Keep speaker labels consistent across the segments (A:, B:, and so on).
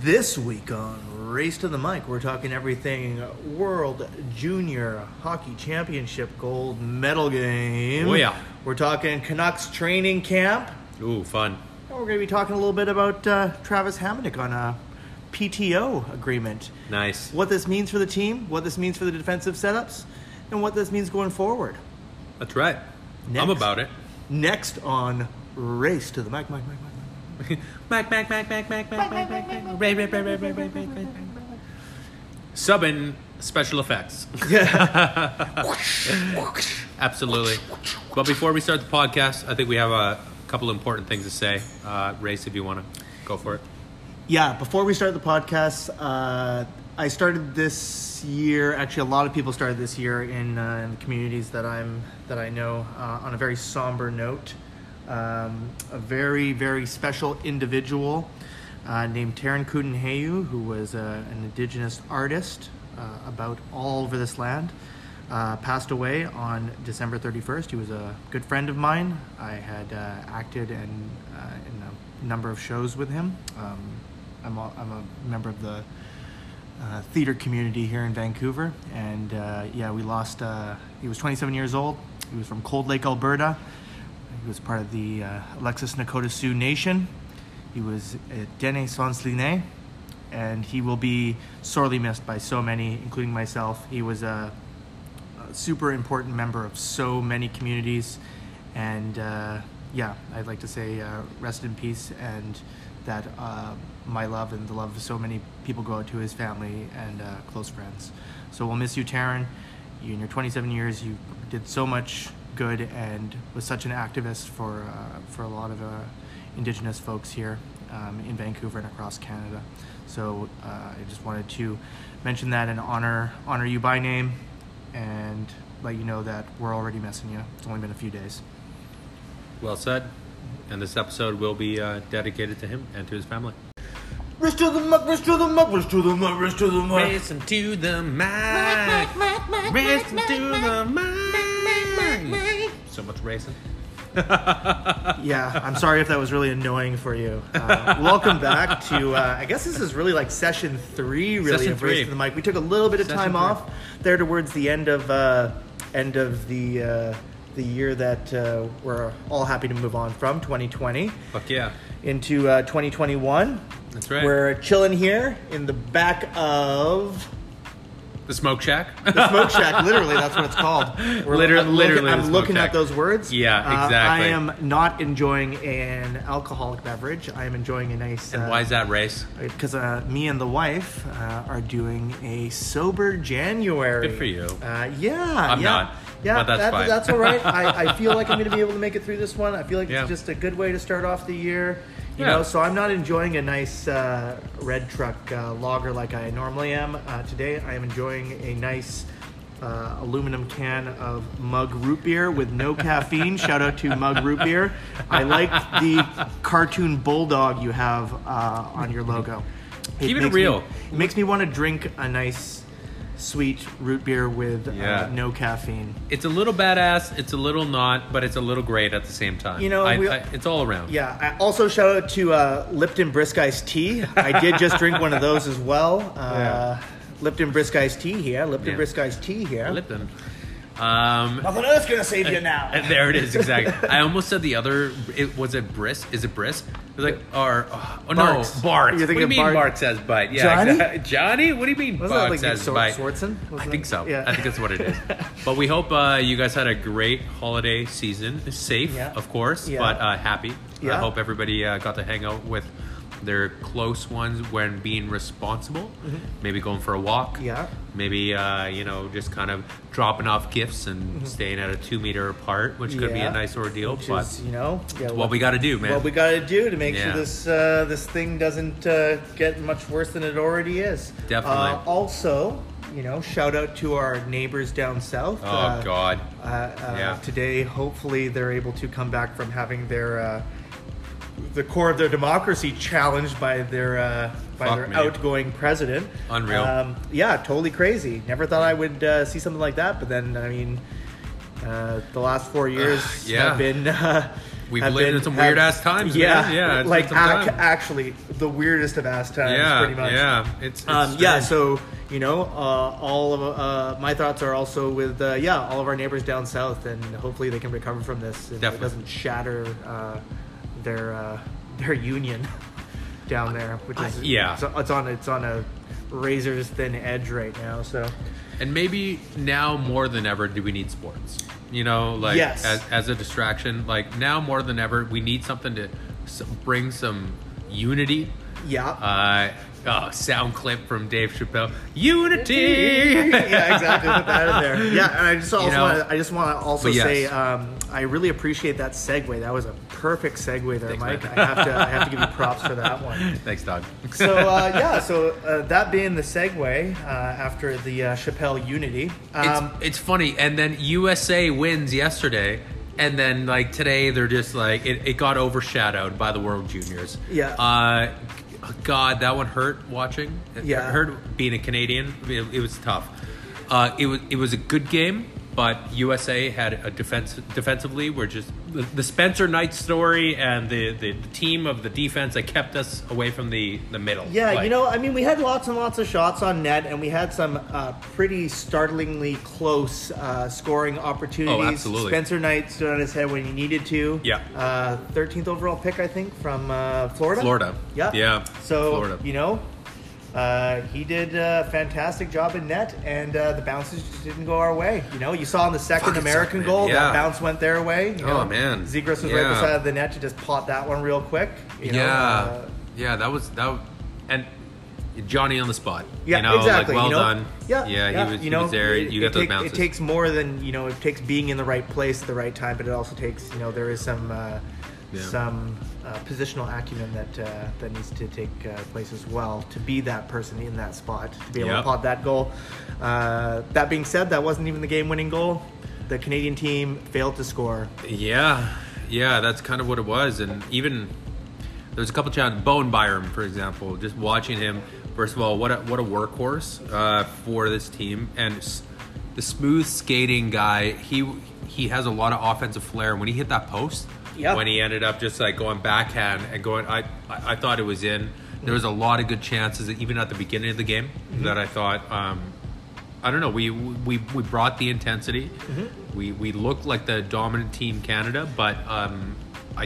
A: This week on Race to the Mic, we're talking everything World Junior Hockey Championship gold medal game.
B: Oh, yeah.
A: We're talking Canucks training camp.
B: Ooh, fun.
A: And we're going to be talking a little bit about uh, Travis Hamonic on a PTO agreement.
B: Nice.
A: What this means for the team, what this means for the defensive setups, and what this means going forward.
B: That's right.
A: Next.
B: I'm about it.
A: Next on Race to the Mic, Mic, Mic, Mic, Mic.
B: Mac, Mac, Mac, Mac, Mac, Mac, Mac, Mac, Mac, Mac, Ray, Ray, Ray, Ray, Ray, Ray, Ray, Ray. Subbing special effects. Absolutely. But before we start the podcast, I think we have a couple important things to say. Uh, Race, if you want to go for it.
A: Yeah, before we started the podcast, uh, I started this year. Actually, a lot of people started this year in, uh, in the communities that I'm that I know uh, on a very somber note. Um, a very very special individual uh, named Taryn Kudenheyu, who was uh, an Indigenous artist uh, about all over this land, uh, passed away on December 31st. He was a good friend of mine. I had uh, acted and uh, in a number of shows with him. Um, I'm, a, I'm a member of the uh, theater community here in Vancouver, and uh, yeah, we lost. Uh, he was 27 years old. He was from Cold Lake, Alberta. He was part of the uh, Alexis Nakota Sioux Nation. He was at Dene Sansline, and he will be sorely missed by so many, including myself. He was uh, a a super important member of so many communities. And uh, yeah, I'd like to say uh, rest in peace and that uh, my love and the love of so many people go out to his family and uh, close friends. So we'll miss you, Taryn. You, in your 27 years, you did so much good and was such an activist for, uh, for a lot of uh, Indigenous folks here um, in Vancouver and across Canada. So uh, I just wanted to mention that and honor honor you by name and let you know that we're already missing you. It's only been a few days.
B: Well said. And this episode will be uh, dedicated to him and to his family.
A: Wrist to the muck, wrist to the muck, wrist to the muck, wrist to the muck.
B: Racing to the mic. Racing to the mic. So much racing.
A: Yeah, I'm sorry if that was really annoying for you. Uh, welcome back to, uh, I guess this is really like session three, really,
B: Session
A: of Race
B: three.
A: to the Mic. We took a little bit of
B: Session
A: time
B: three.
A: off there towards the end of, uh, end of the, uh, the year that uh, we're all happy to move on from, 2020,
B: Fuck yeah.
A: into uh, 2021.
B: That's right.
A: We're chilling here in the back of
B: The smoke shack.
A: The smoke shack, literally, that's what it's called. I'm
B: Liter-
A: looking-
B: literally the
A: I'm
B: smoke
A: looking at
B: shack.
A: those words.
B: Yeah,
A: Uh, I
B: exactly.
A: am not enjoying an alcoholic beverage. I am enjoying a nice.
B: And
A: uh,
B: why is that race?
A: Because uh, me and the wife uh, are doing a sober January.
B: Good for you.
A: Uh, yeah,
B: I'm
A: yeah,
B: not,
A: Yeah,
B: but that's
A: that-
B: fine.
A: that's all right. I, I feel like I'm going to be able to make it through this one. I feel like
B: Yeah.
A: it's just a good way to start off the year. You
B: Yeah.
A: know, so I'm not enjoying a nice uh, red truck uh, lager like I normally am. Uh, today, I am enjoying a nice uh, aluminum can of mug root beer with no caffeine. Shout out to mug root beer. I like the cartoon bulldog you have uh, on your logo.
B: Keep it
A: makes
B: real.
A: Me, it makes me want to drink a nice, sweet root beer with uh,
B: Yeah.
A: no caffeine.
B: It's a little badass. It's a little not, but it's a little great at the same time.
A: You know,
B: I,
A: we-
B: I, it's all around.
A: Yeah. I also shout out to uh, Lipton Brisk Iced Tea. I did just drink one of those as well. Uh,
B: Yeah.
A: Lipton Brisk Iced Tea here. Lipton
B: Yeah.
A: Brisk Iced Tea here.
B: Lipton. Um,
A: Nothing else gonna save you now.
B: and there it is. Exactly. I almost said the other. It was it brisk? Is it brisk? It was like or oh,
A: Barks.
B: no barks.
A: You're
B: What do you
A: thinking
B: mean
A: Bark-
B: bark. says bite? Yeah,
A: Johnny?
B: exactly. Johnny. What do you mean
A: Wasn't that
B: bark
A: like
B: says
A: Sor-
B: bite?
A: Swartzen? Wasn't
B: I think
A: it?
B: so.
A: Yeah.
B: I think that's what it is. but we hope uh, you guys had a great holiday season. Safe,
A: Yeah.
B: of course,
A: Yeah.
B: but uh, happy.
A: Yeah.
B: I hope everybody uh, got to hang out with their close ones when being responsible. Maybe going for a walk.
A: Mm-hmm. Yeah.
B: Maybe uh, you know just kind of dropping off gifts and staying at a two meter apart, which could be
A: Mm-hmm. Yeah.
B: a nice ordeal.
A: Which
B: but
A: is, you know, yeah,
B: what we got to do, man.
A: What we got to do to make sure
B: Yeah.
A: this uh, this thing doesn't uh, get much worse than it already is.
B: Definitely.
A: Uh, also, you know, shout out to our neighbors down south.
B: oh
A: Uh,
B: God.
A: Uh, uh,
B: Yeah.
A: Today, hopefully, they're able to come back from having their uh, the core of their democracy challenged by their uh, by
B: Fuck
A: their
B: me.
A: outgoing president.
B: Unreal.
A: Um, yeah, totally crazy. Never thought I would uh, see something like that, but then I mean, uh, the last four years
B: yeah.
A: have been uh,
B: We've
A: have
B: lived
A: been-
B: in some
A: have-
B: weird ass times,
A: Yeah,
B: man. Yeah, it's
A: like
B: been some
A: ac-
B: time.
A: actually the weirdest of ass times,
B: yeah,
A: pretty much.
B: yeah. It's, it's
A: Um, yeah,
B: strange.
A: so you know, uh, all of uh, my thoughts are also with uh, yeah, all of our neighbors down south, and hopefully they can recover from this. And
B: Definitely.
A: it doesn't shatter uh, their uh, their union down there, which is
B: yeah.
A: it's, it's on it's on a razor's thin edge right now. So
B: And maybe now more than ever do we need sports. You know, like
A: Yes.
B: as, as a distraction. Like now more than ever, we need something to s- bring some unity.
A: yeah,
B: Uh, oh, sound clip from Dave Chappelle. Unity.
A: yeah, exactly. Put that in there. Yeah, and I just also
B: know.
A: want to, I just want to also
B: But yes.
A: say um, I really appreciate that segue. That was a perfect segue there,
B: Thanks,
A: Mike.
B: man.
A: I have to I have to give you props for that one.
B: Thanks, dog.
A: So uh, yeah, so uh, that being the segue uh, after the uh, Chappelle Unity. Um,
B: it's, it's funny, and then USA wins yesterday, and then like today they're just like it, it got overshadowed by the World Juniors.
A: Yeah.
B: Uh, God, that one hurt watching. It
A: Yeah.
B: hurt being a Canadian. It, it was tough. Uh, it was it was a good game, but USA had a defense defensively. We're just the, the Spencer Knight story and the, the, the team of the defense that kept us away from the the middle.
A: yeah,
B: Like,
A: you know, I mean, we had lots and lots of shots on net, and we had some uh, pretty startlingly close uh, scoring opportunities.
B: Oh, absolutely.
A: Spencer Knight stood on his head when he needed to.
B: Yeah.
A: Uh, 13th overall pick, I think, from uh, Florida.
B: Florida.
A: Yeah.
B: Yeah.
A: So
B: Florida.
A: you know, uh, he did a fantastic job in net, and uh, the bounces just didn't go our way. You know, you saw in the second
B: Fucking
A: American
B: sucked, man.
A: goal
B: Yeah.
A: that bounce went their way. you
B: Oh,
A: know.
B: man.
A: Zegras was
B: Yeah.
A: right beside the net to just pot that one real quick. you know,
B: yeah,
A: uh,
B: yeah, that was that, and Johnny on the spot.
A: yeah,
B: you know,
A: exactly.
B: Like, well
A: you know?
B: done.
A: Yeah,
B: yeah, he was.
A: you
B: he
A: know,
B: was there.
A: It,
B: You
A: it
B: got those
A: take-
B: bounces.
A: It takes more than you know. It takes being in the right place at the right time, but it also takes you know there is some uh,
B: Yeah.
A: some uh, positional acumen that uh, that needs to take uh, place as well to be that person in that spot to be able
B: Yep.
A: to pod that goal. Uh, that being said, that wasn't even the game-winning goal. The Canadian team failed to score.
B: yeah, yeah, that's kind of what it was, and even there's a couple chances. Bone Byram, for example, just watching him. First of all, what a what a workhorse uh, for this team, and s- the smooth skating guy. He he has a lot of offensive flair. When he hit that post,
A: Yeah.
B: when he ended up just like going backhand and going, I I, I thought it was in. There was a lot of good chances, even at the beginning of the game, that I thought. Um, I don't know. We we, we brought the intensity.
A: Mm-hmm.
B: We we looked like the dominant team, Canada, but um, I,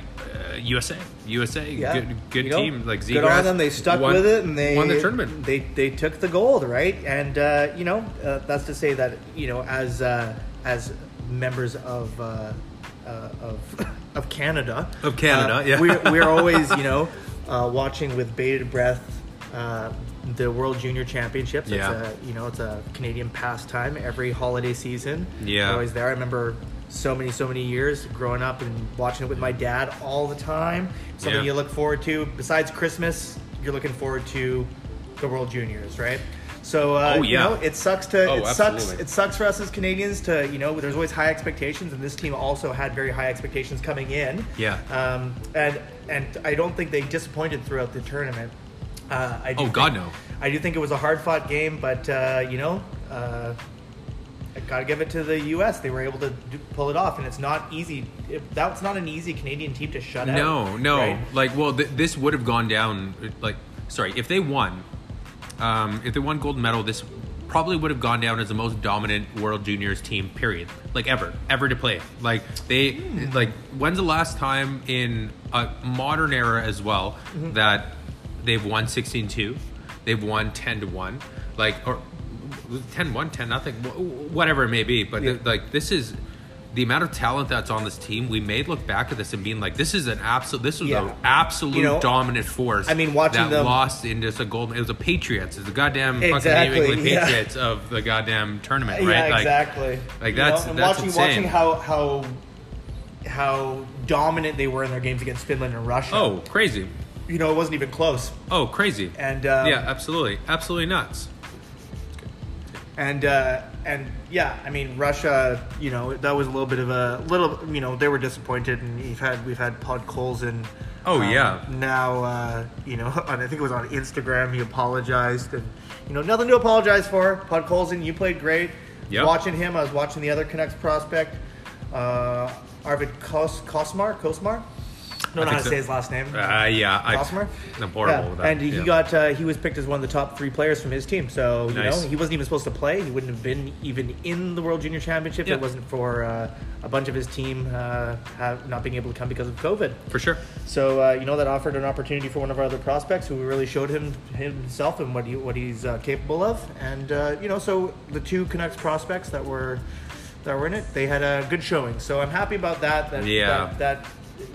B: uh, USA, USA,
A: Yeah.
B: good, good
A: You know,
B: team. Like
A: good on
B: Zegras
A: them. They stuck
B: won-
A: with it and they
B: won the tournament.
A: They they took the gold, right? And uh, you know, uh, that's to say that you know, as uh, as members of uh, uh, of of Canada,
B: Of Canada,
A: uh,
B: yeah.
A: we're, we're always you know uh, watching with bated breath. Uh, the World Junior Championships.
B: Yeah.
A: It's a, you know, it's a Canadian pastime every holiday season.
B: Yeah.
A: We're always there. I remember so many, so many years growing up and watching it with my dad all the time. Something
B: Yeah.
A: you look forward to. Besides Christmas, you're looking forward to the World Juniors, right? So uh,
B: Oh,
A: you
B: yeah.
A: know, it sucks to
B: Oh,
A: it sucks
B: absolutely.
A: it sucks for us as Canadians to you know there's always high expectations and this team also had very high expectations coming in.
B: Yeah.
A: Um, and and I don't think they disappointed throughout the tournament. Uh, I do
B: Oh,
A: think-
B: God, no.
A: I do think it was a hard fought game, but uh, you know. Uh, I gotta give it to the U.S. They were able to do, pull it off, and it's not easy. It, that's not an easy Canadian team to shut out.
B: No, no.
A: right?
B: Like, well, th- this would have gone down. uh, Like, sorry, if they won, um, if they won gold medal, this probably would have gone down as the most dominant World Juniors team. Period. Like ever, ever to play. Like they,
A: Hmm.
B: like when's the last time in a modern era as well
A: Mm-hmm.
B: that they've won 16-2, they've won 10 to 1, like or 10-1, 10 nothing, whatever it may be, but
A: Yeah.
B: th- like this is the amount of talent that's on this team, we may look back at this and being like, "This is an absolute, this was
A: Yeah.
B: an absolute
A: You know,
B: dominant force."
A: I mean, watching
B: that
A: them-
B: lost in just a gold. It was the Patriots. It's the goddamn fucking
A: Exactly,
B: New England
A: yeah.
B: Patriots of the goddamn tournament,
A: Yeah,
B: right? Like,
A: exactly.
B: like,
A: You
B: that's-
A: know, and
B: that's
A: watching
B: insane.
A: watching how how how dominant they were in their games against Finland and Russia.
B: Oh, crazy!
A: you know, it wasn't even close.
B: Oh, crazy!
A: And um,
B: yeah, absolutely, absolutely nuts.
A: and uh, and yeah, I mean Russia. You know, that was a little bit of a little. You know, they were disappointed, and we've had we've had Pod Colson.
B: Oh,
A: um,
B: yeah.
A: Now uh, you know, and I think it was on Instagram. He apologized, and you know, nothing to apologize for. Pod Colson, you played great.
B: Yep.
A: Watching him, I was watching the other Canucks prospect. uh, Arvid Kos- Kosmar. Kosmar. I
B: I
A: don't know
B: think
A: how to
B: so.
A: say his last name.
B: Uh, yeah, I,
A: Kosmar.
B: I'm horrible
A: Yeah,
B: with that.
A: And he
B: yeah.
A: got uh, he was picked as one of the top three players from his team. So you
B: Nice.
A: know he wasn't even supposed to play. He wouldn't have been even in the World Junior Championship
B: Yeah.
A: if it wasn't for uh, a bunch of his team uh, have not being able to come because of COVID.
B: for sure.
A: So uh, you know that offered an opportunity for one of our other prospects, who really showed him himself and what he what he's uh, capable of. And uh, you know, so the two Canucks prospects that were that were in it, they had a good showing. So I'm happy about that. that
B: Yeah.
A: that, that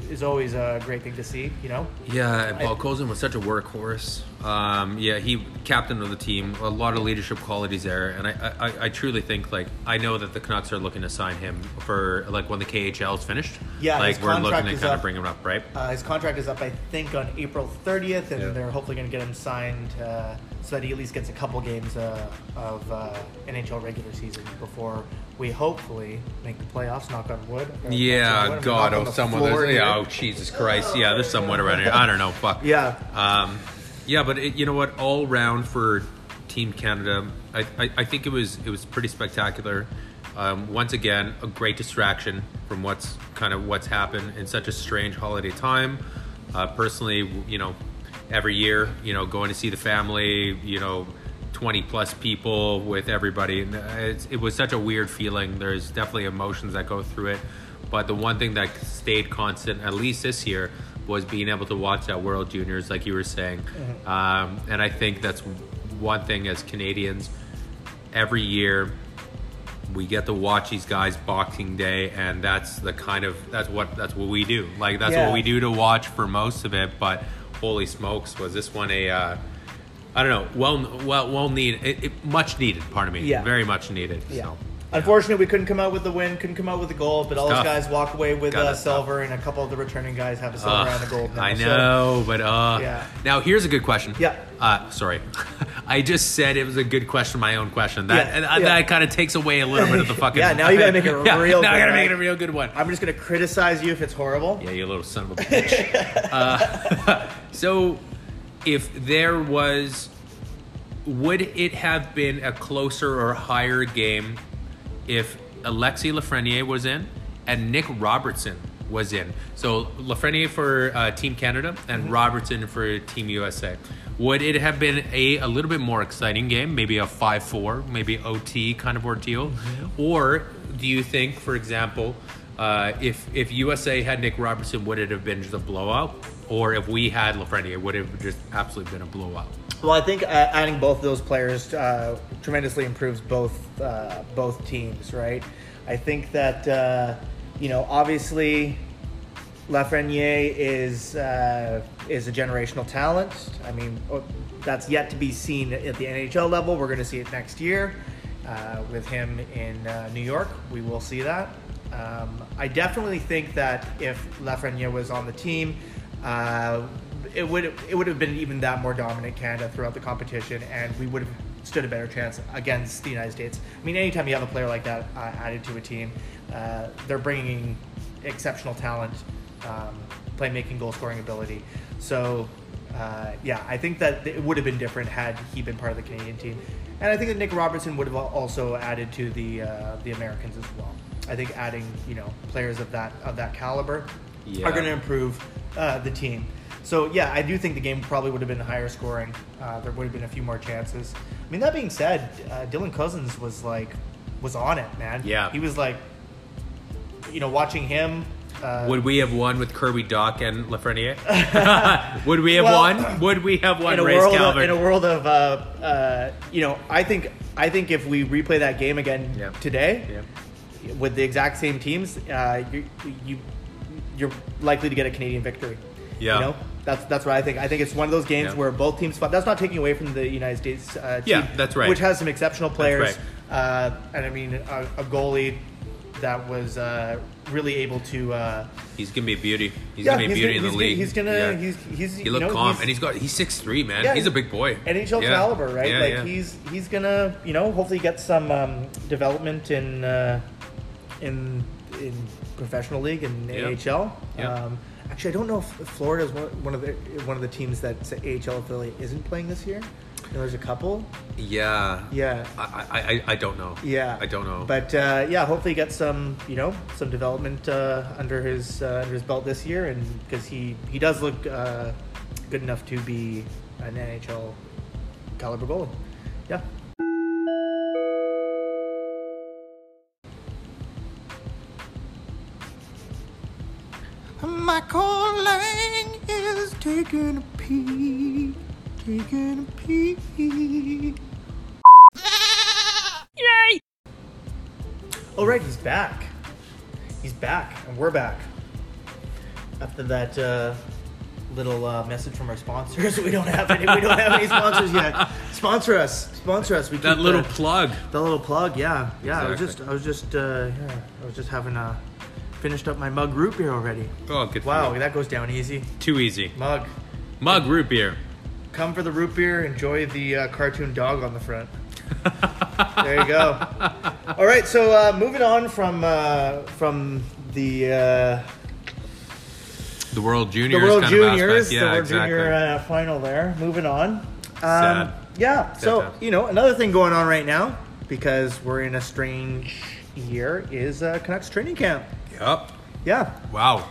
A: is always a great thing to see. You know.
B: Yeah, and
A: I-
B: Paul Cozen was such a workhorse. Um, yeah, he captain of the team, a lot of leadership qualities there, and I, I, I truly think like I know that the Canucks are looking to sign him for like when the KHL is finished.
A: Yeah,
B: like
A: his
B: we're looking
A: contract
B: to
A: is
B: kind of
A: up.
B: bring him up, right?
A: Uh, his contract is up, I think, on April 30th, and
B: Yeah.
A: they're hopefully going to get him signed uh, so that he at least gets a couple games uh, of uh, NHL regular season before we hopefully make the playoffs. Knock on wood. Or knock on wood,
B: Yeah,
A: I'm knock
B: God,
A: on
B: oh
A: the
B: someone,
A: floor
B: there's,
A: here.
B: yeah, oh Jesus Christ, yeah, there's someone around here. I don't know, fuck.
A: Yeah.
B: Um, yeah, but it, you know what? All round for Team Canada, I, I, I think it was it was pretty spectacular. Um, once again, a great distraction from what's kind of what's happened in such a strange holiday time. Uh, personally, you know, every year, you know, going to see the family, you know, 20 plus people with everybody. And it's, it was such a weird feeling. There's definitely emotions that go through it. But the one thing that stayed constant, at least this year, was being able to watch that World Juniors, like you were saying.
A: Mm-hmm.
B: Um, and I think that's one thing as Canadians, every year, we get to watch these guys boxing day and that's the kind of that's what that's what we do like that's
A: Yeah.
B: what we do to watch for most of it but holy smokes was this one a uh, i don't know well well well needed it, it, much needed pardon me
A: Yeah.
B: very much needed
A: Yeah.
B: so
A: Unfortunately, we couldn't come out with the win, couldn't come out with the gold, but all those
B: tough.
A: guys walk away with
B: God,
A: uh,
B: that's tough.
A: silver, and a couple of the returning guys have a silver
B: Ugh,
A: and a gold. Now,
B: I
A: so-
B: know, but uh.
A: Yeah.
B: Now here's a good question.
A: Yeah.
B: Uh, sorry, I just said it was a good question. My own question. That
A: Yeah,
B: and, uh,
A: yeah.
B: that kind of takes away a little bit of the fucking.
A: Yeah, now you gotta make it
B: Yeah,
A: real
B: Now I
A: good,
B: gotta
A: right?
B: make it a real good one.
A: I'm just going to criticize you if it's horrible.
B: Yeah, you little son of a bitch. uh, so, if there was, would it have been a closer or higher game if Alexi Lafreniere was in and Nick Robertson was in? So Lafreniere for uh, Team Canada and Robertson for Team USA. Would it have been a, a little bit more exciting game, maybe a 5 4, maybe OT kind of ordeal? Or do you think, for example, uh, if if USA had Nick Robertson, would it have been just a blowout? Or if we had Lafreniere, would it have just absolutely been a blowout?
A: Well, I think uh, adding both of those players uh, tremendously improves both uh, both teams, right? I think that uh, you know, obviously, Lafreniere is uh, is a generational talent. I mean, uh, that's yet to be seen at the NHL level. We're going to see it next year uh, with him in uh, New York. We will see that. Um, I definitely think that if Lafreniere was on the team, uh, it would it would have been even that more dominant Canada throughout the competition, and we would have stood a better chance against the United States. I mean, anytime you have a player like that uh, added to a team, uh, they're bringing exceptional talent, um, playmaking, goal scoring ability. So, uh, yeah, I think that it would have been different had he been part of the Canadian team, and I think that Nick Robertson would have al- also added to the uh, the Americans as well. I think adding you know players of that of that caliber
B: Yeah.
A: are going to improve uh, the team. So yeah, I do think the game probably would have been higher scoring. Uh, there would have been a few more chances. I mean, that being said, uh, Dylan Cousins was like was on it, man.
B: Yeah.
A: he was like, you know, watching him. Uh,
B: Would we have won with Kirby Dock and Lafreniere? Would we have
A: Well,
B: won? Would we have won?
A: in a
B: Race
A: world of,
B: Calvert?
A: in a world of uh, uh, you know, I think I think if we replay that game again
B: Yeah.
A: today,
B: Yeah.
A: with the exact same teams, uh, you, you you're likely to get a Canadian victory.
B: Yeah.
A: you know that's that's what I think. I think it's one of those games
B: Yeah.
A: where both teams fought. That's not taking away from the United States. Uh, team,
B: Yeah, that's right.
A: Which has some exceptional players,
B: right.
A: uh, and I mean a, a goalie that was uh, really able to. Uh,
B: He's gonna be a beauty. He's
A: Yeah,
B: gonna be a
A: he's
B: beauty
A: gonna- he's gonna-
B: in the league.
A: he's gonna-
B: Yeah.
A: he's- he's-
B: he
A: you
B: looked
A: know,
B: calm,
A: he's-
B: and he's got he's six three man.
A: Yeah,
B: he's a big boy.
A: NHL
B: Yeah.
A: caliber, right?
B: Yeah,
A: like
B: yeah.
A: he's he's gonna, you know, hopefully get some um, development in uh, in in professional league and
B: Yeah.
A: AHL.
B: Yeah.
A: Um, actually, I don't know if Florida is one, one of the one of the teams that's a AHL affiliate isn't playing this year. know, there's a couple.
B: Yeah.
A: Yeah.
B: I, I, I- I don't know.
A: Yeah,
B: I don't know.
A: But uh, yeah, hopefully get some you know some development uh, under his uh, under his belt this year, and because he he does look uh, good enough to be an NHL caliber goalie. Yeah. Michael Lang is taking a pee, taking a pee. Oh right, he's back. He's back, and we're back. After that uh, little uh, message from our sponsors, we don't have any. We don't have any sponsors yet. Sponsor us. Sponsor us. We
B: that
A: keep
B: little
A: the,
B: plug.
A: that little plug. Yeah, yeah.
B: Exactly.
A: I was just, I was just, uh, yeah, I was just having a finished up my mug root beer already.
B: Oh, good. for
A: Wow,
B: you.
A: that goes down easy.
B: Too easy.
A: Mug.
B: Mug root beer.
A: Come for the root beer. Enjoy the uh, cartoon dog on the front. there you go. All right, so uh, moving on from uh, from the uh,
B: The World
A: the
B: Juniors.
A: World
B: kind of aspect.
A: Juniors,
B: Yeah,
A: the World
B: exactly.
A: Junior uh, final there. Moving on. Um,
B: Sad.
A: Yeah. so
B: times.
A: you know another thing going on right now because we're in a strange year is uh, Canucks training camp.
B: Yup.
A: Yeah,
B: Wow.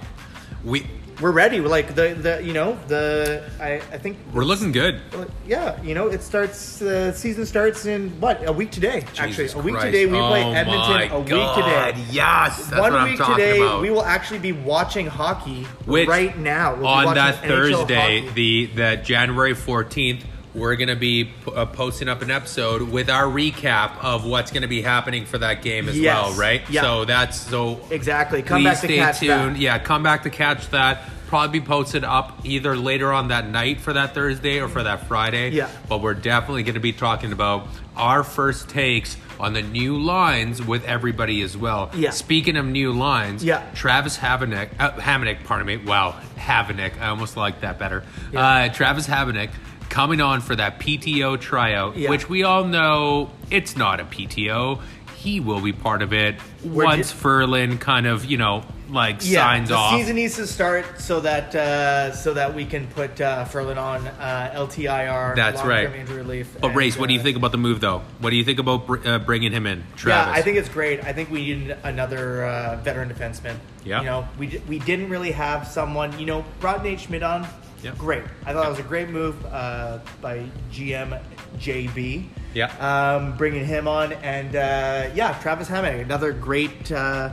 B: We
A: we're ready. We're like the the you know the I I think.
B: we're looking good.
A: Yeah, you know, it starts. Uh, season starts in what a week today. actually,
B: Jesus
A: a week
B: Christ.
A: today we play
B: Oh
A: Edmonton.
B: my
A: A week
B: God.
A: today,
B: Yes, that's
A: one
B: what I'm
A: week
B: talking
A: today,
B: about.
A: we will actually be watching hockey
B: Which,
A: right now. We'll be
B: on
A: watching
B: that
A: NHL
B: Thursday,
A: hockey.
B: the the January 14th, we're going to be p- uh, posting up an episode with our recap of what's going to be happening for that game as
A: Yes.
B: well, right?
A: Yeah.
B: So that's so
A: exactly. Come
B: please
A: back to
B: stay
A: catch
B: tuned.
A: that.
B: Yeah, come back to catch that. Probably be posted up either later on that night for that Thursday or for that Friday.
A: Yeah.
B: But we're definitely going to be talking about our first takes on the new lines with everybody as well.
A: Yeah.
B: Speaking of new lines,
A: Yeah.
B: Travis Havanick, uh, Hamonic, pardon me. Wow, Havanick. I almost like that better.
A: Yeah.
B: Uh, Travis Havanick coming on for that PTO tryout,
A: Yeah.
B: which we all know it's not a PTO. He will be part of it
A: We're
B: once
A: ju-
B: Furlan kind of, you know, like signs
A: the
B: off.
A: season needs to start so that uh, so that we can put uh, Furlan on uh, LTIR.
B: That's
A: long-term
B: right.
A: Injury relief.
B: But
A: and,
B: Race, what do you
A: uh,
B: think about the move, though? What do you think about br- uh, bringing him in, Travis?
A: Yeah, I think it's great. I think we need another uh, veteran defenseman.
B: Yeah.
A: You know, we, di- we didn't really have someone, you know, brought Nate Schmidt on.
B: Yeah.
A: Great. I thought that was a great move uh, by GM JB.
B: Yeah.
A: Um, bringing him on. And uh, yeah, Travis Hammond, another great uh,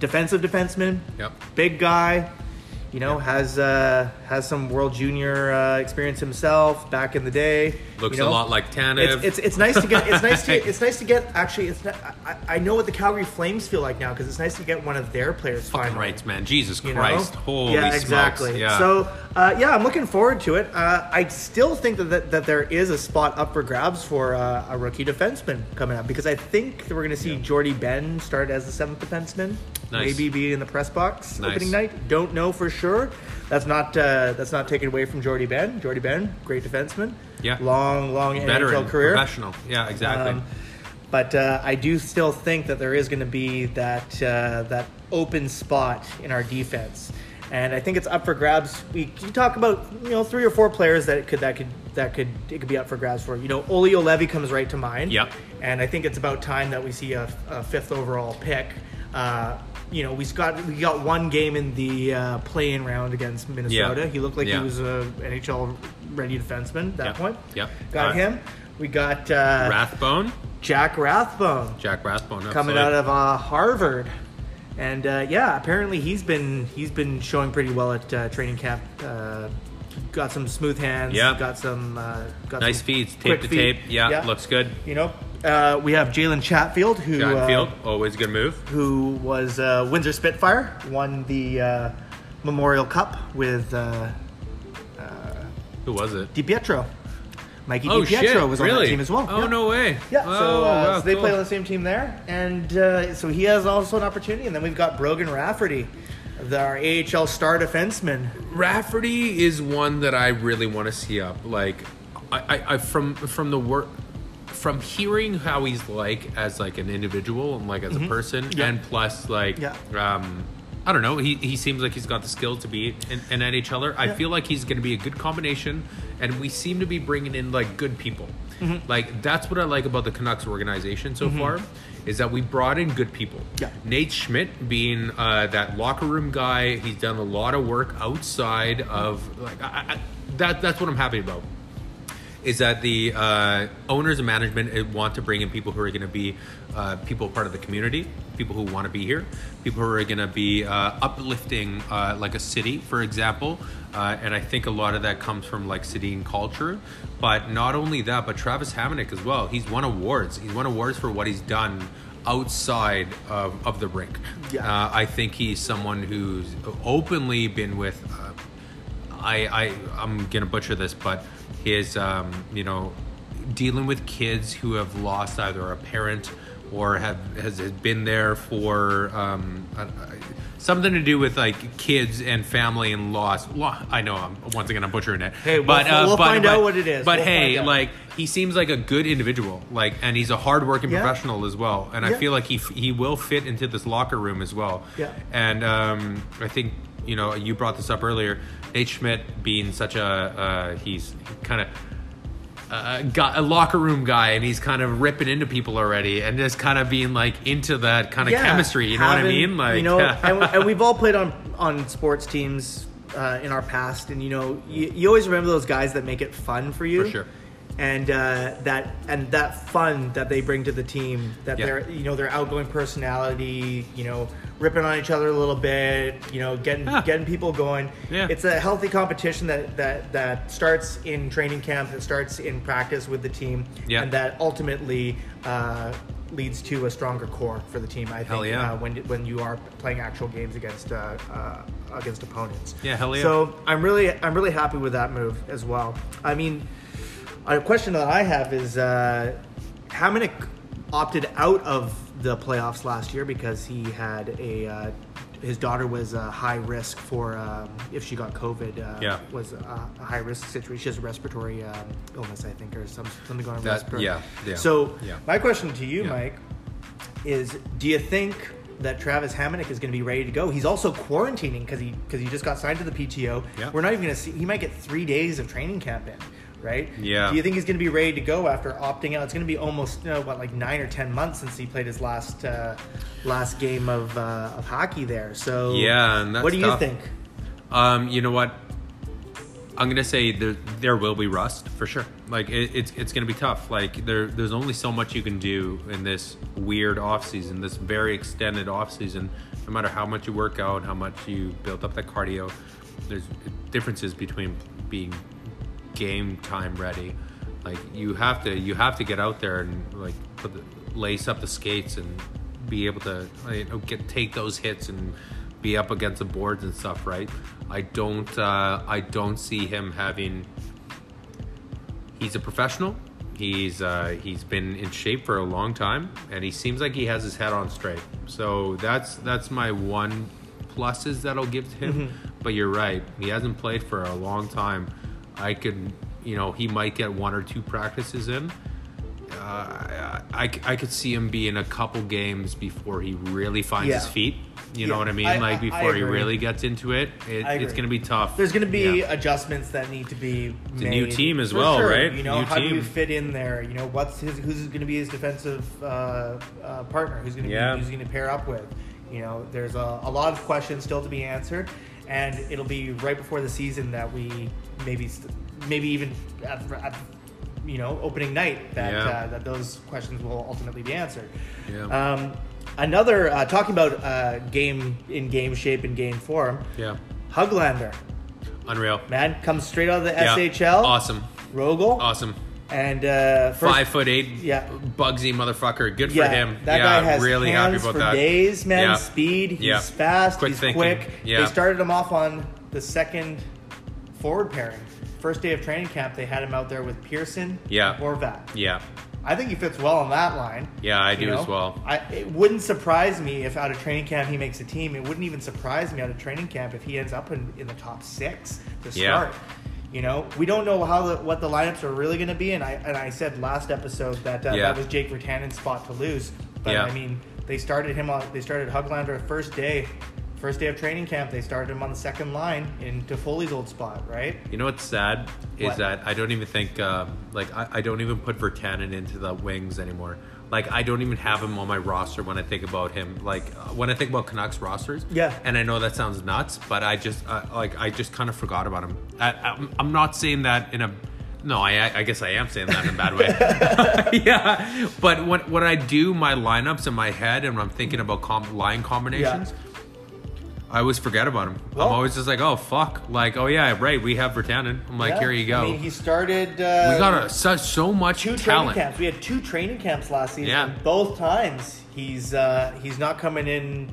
A: defensive defenseman.
B: Yep.
A: Big guy. You know, has uh, has some World Junior uh, experience himself back in the day.
B: Looks
A: you know?
B: a lot like Tanev.
A: It's, it's it's nice to get it's nice to it's nice to get actually it's not, I, I know what the Calgary Flames feel like now because it's nice to get one of their players
B: fucking
A: finally.
B: rights, man. Jesus
A: you know?
B: Christ. Holy
A: yeah,
B: smokes.
A: exactly.
B: Yeah.
A: So uh, yeah, I'm looking forward to it. Uh, I still think that, that that there is a spot up for grabs for uh, a rookie defenseman coming up because I think that we're going to see Jordy Ben start as the seventh defenseman,
B: Nice.
A: maybe be in the press box
B: Nice.
A: opening night. Don't know for sure. That's not uh, that's not taken away from Jordy Ben. Jordy Ben, great defenseman.
B: Yeah.
A: long long
B: veteran,
A: NHL career.
B: professional. Yeah, exactly.
A: Um, but uh, I do still think that there is going to be that uh, that open spot in our defense, and I think it's up for grabs. We you talk about you know three or four players that it could that could that could it could be up for grabs for. You know, Ole Olevi comes right to mind.
B: Yep.
A: And I think it's about time that we see a, a fifth overall pick. Uh, you know, we got we got one game in the uh, play-in round against Minnesota. He looked like
B: Yeah.
A: he was a NHL ready defenseman at that
B: Yep.
A: point.
B: Yep.
A: Got
B: Uh,
A: him. We got uh,
B: Rathbone?
A: Jack Rathbone
B: Jack Rathbone.
A: coming
B: absolutely.
A: out of uh, Harvard, and uh, yeah, apparently he's been he's been showing pretty well at uh, training camp. Uh, got some smooth hands.
B: Yeah.
A: Got some uh, got
B: Nice
A: some
B: feeds, tape
A: quick
B: to
A: feet.
B: tape. Yeah, looks good.
A: You know, uh, we have Jalen Chatfield who
B: John
A: uh,
B: Field, always a good move.
A: who was uh, Windsor Spitfire, won the uh, Memorial Cup with uh,
B: Who was it?
A: Di Pietro. Mikey
B: Oh
A: Di Pietro
B: shit!
A: was on
B: really?
A: that team as well.
B: Oh
A: Yeah.
B: no way!
A: Yeah,
B: Oh,
A: so, uh,
B: wow,
A: so they
B: cool.
A: play on the same team there, and uh, so he has also an opportunity. And then we've got Brogan Rafferty, the, our AHL star defenseman.
B: Rafferty is one that I really want to see up. Like, I, I, I from from the work, from hearing how he's like as like an individual and like as a person,
A: Mm-hmm. Yeah.
B: and plus like
A: Yeah.
B: um, I don't know. He, he seems like he's got the skill to be an, an NHLer. I
A: Yeah.
B: feel like he's going to be a good combination, and we seem to be bringing in like good people.
A: Mm-hmm.
B: Like that's what I like about the Canucks organization so far, is that we brought in good people.
A: Yeah.
B: Nate Schmidt being uh, that locker room guy, he's done a lot of work outside of like I, I, that. That's what I'm happy about is that the uh, owners and management uh, want to bring in people who are going to be uh, people part of the community, people who want to be here, people who are going to be uh, uplifting uh, like a city, for example. Uh, and I think a lot of that comes from like city and culture. But not only that, but Travis Hamonic as well. He's won awards. He's won awards for what he's done outside of, of the rink.
A: Yeah.
B: Uh, I think he's someone who's openly been with. Uh, I, I I'm gonna butcher this, but his um, you know dealing with kids who have lost either a parent or have has, has been there for um, I- I- something to do with like kids and family and loss. Lo- I know I'm once again I'm butchering it. uh,
A: Hey, we'll- we'll find out what it is.
B: But
A: We'll
B: hey,
A: find out.
B: like he seems like a good individual, like and he's a hardworking
A: Yeah.
B: professional as well. And
A: Yeah.
B: I feel like he f- he will fit into this locker room as well.
A: Yeah.
B: And um, I think you know you brought this up earlier. Nate Schmidt being such a uh, he's kind of a, guy, a locker room guy, and he's kind of ripping into people already, and just kind of being like into that kind of
A: Yeah,
B: chemistry. You know what I
A: having-
B: mean? Like
A: you know, and, and we've all played on on sports teams uh, in our past, and you know, you, you always remember those guys that make it fun for you.
B: For sure.
A: And uh, that and that fun that they bring to the team, that
B: Yeah.
A: they're you know their outgoing personality, you know, ripping on each other a little bit, you know, getting
B: Yeah.
A: getting people going.
B: Yeah.
A: It's a healthy competition that that that starts in training camp, that starts in practice with the team,
B: Yeah.
A: and that ultimately uh, leads to a stronger core for the team. I think
B: Hell yeah.
A: uh, when when you are playing actual games against uh, uh, against opponents.
B: Yeah, hell yeah.
A: So I'm really I'm really happy with that move as well. I mean, a question that I have is uh, Hamonic opted out of the playoffs last year because he had a uh, his daughter was a high risk for um, if she got COVID. Uh,
B: Yeah.
A: was a, a high risk situation. She has a respiratory um, illness, I think, or some, something going on. with
B: That-
A: respiratory.
B: yeah, yeah,
A: So
B: yeah.
A: my question to you,
B: Yeah.
A: Mike, is do you think that Travis Hamonic is going to be ready to go? He's also quarantining because he because he just got signed to the PTO.
B: Yeah.
A: We're not even going to see. He might get three days of training camp in, right?
B: Yeah.
A: Do you think he's going to be ready to go after opting out? It's going to be almost you know, what like nine or ten months since he played his last uh, last game of uh, of hockey there. So
B: Yeah, and that's
A: what do
B: tough.
A: you think?
B: Um, you know what? I'm gonna say there there will be rust for sure. Like it, it's it's gonna be tough. Like there there's only so much you can do in this weird off season, this very extended off season. No matter how much you work out, how much you build up that cardio, there's differences between being game time ready. Like you have to you have to get out there and like put the, lace up the skates and be able to you know, get take those hits and be up against the boards and stuff, right? I don't uh, I don't see him having he's a professional. He's uh, he's been in shape for a long time, and he seems like he has his head on straight. So that's that's my one pluses that I'll give to him.
A: Mm-hmm.
B: But you're right, he hasn't played for a long time. I could, you know, he might get one or two practices in. Uh, I, I, I could see him be in a couple games before he really finds his
A: Yeah.
B: feet. You
A: Yeah.
B: know what I mean?
A: I-
B: like
A: I- I
B: before he
A: agree.
B: really gets into it, it
A: I
B: it's
A: agree.
B: going to be tough.
A: There's going to be
B: Yeah.
A: adjustments that need to be
B: It's a
A: made.
B: new team as
A: For
B: well,
A: sure.
B: right?
A: You know,
B: New
A: how do you
B: team.
A: fit in there? You know, what's his? Who's going to be his defensive uh, uh, partner? Who's going to
B: Yeah.
A: be? Who's going to pair up with? You know, there's a, a lot of questions still to be answered, and it'll be right before the season that we maybe, st- maybe even at, at you know opening night that
B: Yeah.
A: uh, that those questions will ultimately be answered.
B: Yeah.
A: Um, another uh, talking about uh, game in game shape and game form.
B: yeah,
A: Huglander,
B: unreal.
A: man, comes straight out of the
B: Yeah.
A: SHL.
B: Awesome.
A: Rogel.
B: Awesome.
A: And uh, first,
B: Five foot eight.
A: Yeah.
B: Bugsy motherfucker. Good
A: yeah,
B: for him.
A: That
B: yeah,
A: guy has
B: really
A: hands
B: happy about
A: for
B: that.
A: days, man.
B: Yeah.
A: Speed. He's
B: Yeah.
A: fast.
B: Quick
A: he's
B: thinking.
A: quick.
B: Yeah.
A: They started him off on the second forward pairing. First day of training camp, they had him out there with Pearson.
B: Yeah.
A: and Horvat.
B: Yeah.
A: I think he fits well on that line.
B: Yeah, I
A: you
B: do
A: know?
B: as well.
A: I, it wouldn't surprise me if out of training camp he makes a team. It wouldn't even surprise me out of training camp if he ends up in, in the top six to
B: Yeah.
A: start. You know, we don't know how the, what the lineups are really going to be, and I and I said last episode that uh,
B: Yeah.
A: that was Jake Vertanen's spot to lose. But
B: Yeah.
A: I mean, they started him on. They started Huglander first day, First day of training camp, they started him on the second line into Foley's old spot, right?
B: You know what's sad is
A: What?
B: that I don't even think um, like I, I don't even put Vertanen into the wings anymore. Like I don't even have him on my roster when I think about him. Like uh, when I think about Canucks rosters.
A: Yeah.
B: And I know that sounds nuts, but I just uh, like I just kind of forgot about him. I, I'm, I'm not saying that in a no. I I guess I am saying that in a bad way. yeah. But when when I do my lineups in my head and I'm thinking about com- line combinations. I always forget about him.
A: Well-
B: I'm always just like, oh fuck, like oh yeah, right, we have Vertanen. I'm like,
A: Yeah.
B: here you go.
A: I mean, he started. Uh,
B: we got a, such so much
A: two training
B: talent.
A: camps. We had two training camps last season.
B: Yeah.
A: Both times he's uh, he's not coming in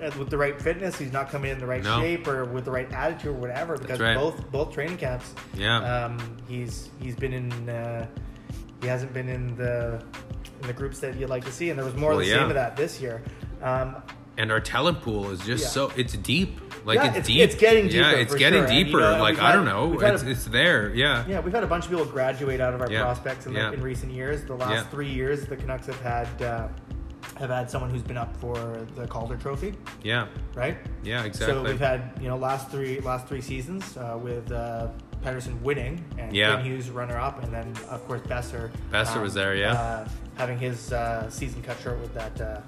A: uh, with the right fitness. He's not coming in the right
B: No.
A: shape or with the right attitude or whatever. Because
B: right.
A: both both training camps,
B: Yeah.
A: um, he's he's been in. Uh, he hasn't been in the in the groups that you'd like to see, and there was more of
B: Well,
A: the
B: yeah.
A: same of that this year. Um,
B: And our talent pool is just
A: Yeah.
B: so it's deep. Like
A: Yeah,
B: it's,
A: it's-
B: deep.
A: it's getting
B: Yeah,
A: deeper,
B: it's
A: for
B: getting
A: sure. And, you
B: deeper.
A: know, and
B: like
A: we've
B: I
A: had-
B: don't know.
A: we've had
B: It's,
A: a-
B: it's there. Yeah.
A: Yeah, we've had a bunch of people graduate out of our
B: Yeah.
A: prospects in, the,
B: Yeah.
A: in recent years. The last
B: Yeah.
A: three years, the Canucks have had uh, have had someone who's been up for the Calder Trophy,
B: Yeah.
A: right?
B: Yeah,
A: So
B: exactly.
A: we've had you know last three last three seasons uh, with uh, Patterson winning and
B: Yeah.
A: Quinn Hughes runner up, and then of course Besser.
B: Besser was there, yeah.
A: Uh, having his uh, season cut short with that uh,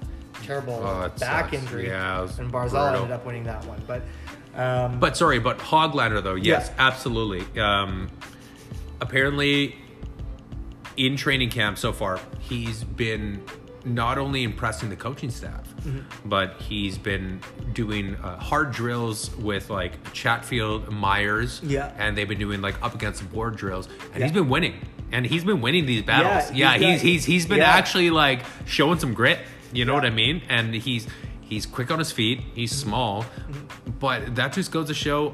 A: terrible
B: Oh, it
A: back
B: sucks.
A: injury,
B: Yeah, it was
A: and Barzal
B: brutal.
A: ended up winning that one, but. Um,
B: But sorry, but Hoglander though, yes,
A: Yeah.
B: absolutely. Um, apparently, in training camp so far, he's been not only impressing the coaching staff,
A: Mm-hmm.
B: but he's been doing uh, hard drills with like Chatfield, Myers,
A: Yeah.
B: and they've been doing like up against the board drills, and
A: Yeah.
B: he's been winning, and he's been winning these battles.
A: Yeah,
B: Yeah,
A: he's
B: he's
A: got-
B: he's, he's been
A: yeah.
B: actually like showing some grit. You know
A: Yeah.
B: what I mean? And he's he's quick on his feet. He's small, but that just goes to show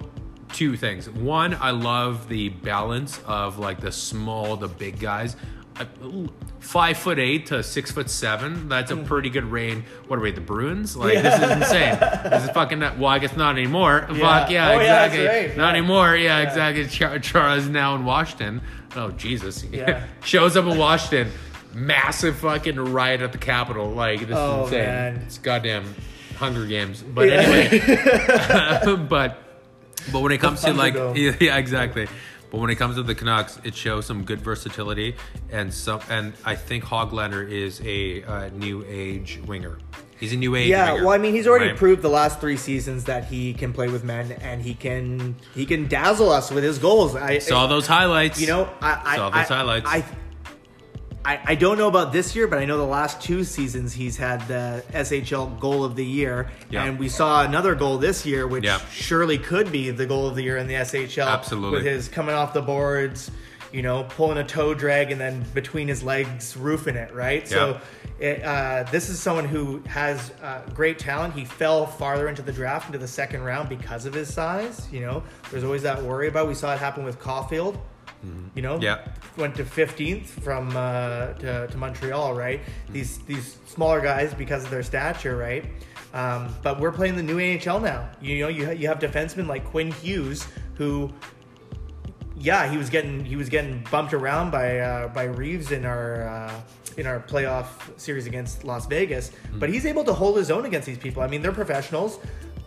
B: two things. One, I love the balance of like the small, the big guys. I- ooh, Five foot eight to six foot seven. That's a pretty good range. What are we? The Bruins? Like this is insane. This is fucking. Not, well, I guess not anymore. Fuck yeah,
A: Oh, yeah, that's
B: exactly.
A: right.
B: Not
A: Yeah.
B: anymore. Yeah, exactly. Char- Chara's now in Washington. Oh Jesus.
A: Yeah.
B: Shows up in Washington. Massive fucking riot at the Capitol. Like this
A: Oh,
B: is insane.
A: man.
B: It's goddamn Hunger Games. But
A: Yeah.
B: anyway, but but when it comes to
A: Hunger
B: like
A: Dome.
B: yeah, yeah, exactly. But when it comes to the Canucks, it shows some good versatility and some and I think Hoglander is a uh, new age winger. He's a new age.
A: Yeah,
B: winger,
A: well, I mean, he's already
B: right?
A: proved the last three seasons that he can play with men and he can he can dazzle us with his goals. I
B: Saw those highlights.
A: you know, I
B: saw
A: I,
B: those
A: I,
B: highlights.
A: I, I I don't know about this year, but I know the last two seasons he's had the SHL goal of the year,
B: Yeah.
A: and we saw another goal this year, which
B: Yeah.
A: surely could be the goal of the year in the SHL.
B: Absolutely.
A: with his coming off the boards, you know, pulling a toe drag and then between his legs roofing it right. So.
B: Yeah.
A: It, uh, this is someone who has uh, great talent. He fell farther into the draft, into the second round, because of his size. You know, there's always that worry about. We saw it happen with Caulfield. You know,
B: Yeah.
A: went to 15th from uh, to, to Montreal, right? These these smaller guys because of their stature, right? Um, but we're playing the new NHL now. You know, you ha- you have defensemen like Quinn Hughes who. Yeah, he was getting he was getting bumped around by uh, by Reeves in our uh, in our playoff series against Las Vegas,
B: Mm.
A: but he's able to hold his own against these people. I mean, they're professionals;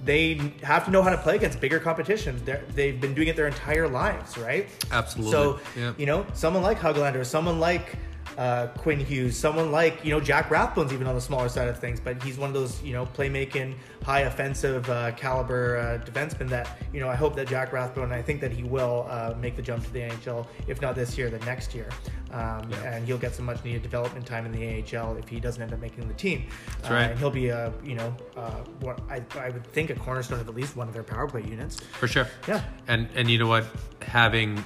A: they have to know how to play against bigger competition. They're, they've been doing it their entire lives, right?
B: Absolutely.
A: So
B: Yeah.
A: you know, someone like Huglander, someone like uh, Quinn Hughes, someone like you know Jack Rathbone's even on the smaller side of things, but he's one of those you know playmaking, high offensive uh, caliber uh, defenseman that you know I hope that Jack Rathbone, and I think that he will uh, make the jump to the NHL, if not this year, then next year, um,
B: Yeah.
A: and he'll get some much needed development time in the AHL if he doesn't end up making the team. That's
B: right.
A: and he'll be a you know uh, what I, I would think a cornerstone of at least one of their power play units.
B: For sure.
A: Yeah.
B: And and you know what? Having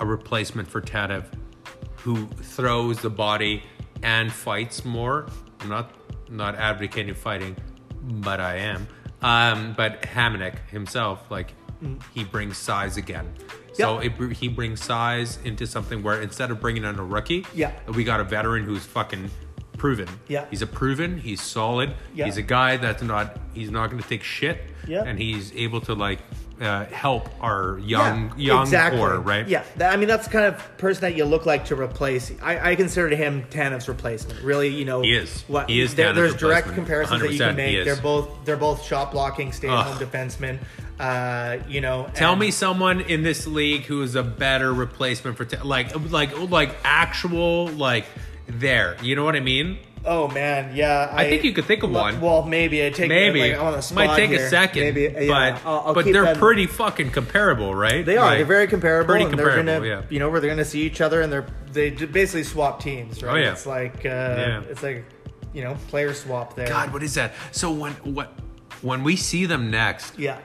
B: a replacement for Tanev who throws the body and fights more. I'm not not advocating fighting, but I am. Um, but Hamannik himself, like he brings size again. So
A: Mm. Yeah.
B: it, br- he brings size into something where instead of bringing in a rookie,
A: Yeah.
B: we got a veteran who's fucking proven.
A: Yeah.
B: he's a proven. He's solid.
A: Yeah.
B: He's a guy that's not. He's not going to take shit.
A: Yeah.
B: and he's able to like uh, help our young
A: Yeah,
B: young core, right?
A: Yeah, That- I mean that's the kind of person that you look like to replace. I, I consider him Tanev's replacement. Really, you know,
B: He is.
A: What
B: He is
A: there-
B: Tanev's
A: there's direct
B: replacement.
A: comparisons that you can
B: 100% he
A: make.
B: is.
A: They're both they're both shot blocking, stay at home
B: Ugh.
A: defensemen. Uh, you know,
B: Tell
A: and-
B: me someone in this league who is a better replacement for Ta- like like like actual like there. You know what I mean?
A: Oh man, yeah. I,
B: think you could think of
A: Well,
B: one.
A: Well, maybe I take
B: Maybe
A: like, on the spot
B: might take
A: here.
B: a second,
A: Maybe,
B: but
A: yeah, I'll- I'll
B: but
A: keep
B: they're
A: that-
B: pretty fucking comparable, right?
A: They are.
B: Like,
A: they're very comparable.
B: pretty
A: and They're
B: comparable,
A: gonna,
B: yeah.
A: You know, where they're going to see each other, and they're they j- basically swap teams, right?
B: Oh, yeah.
A: It's like uh,
B: Yeah.
A: it's like you know player swap there.
B: God, what is that? So when what when we see them next,
A: Yeah.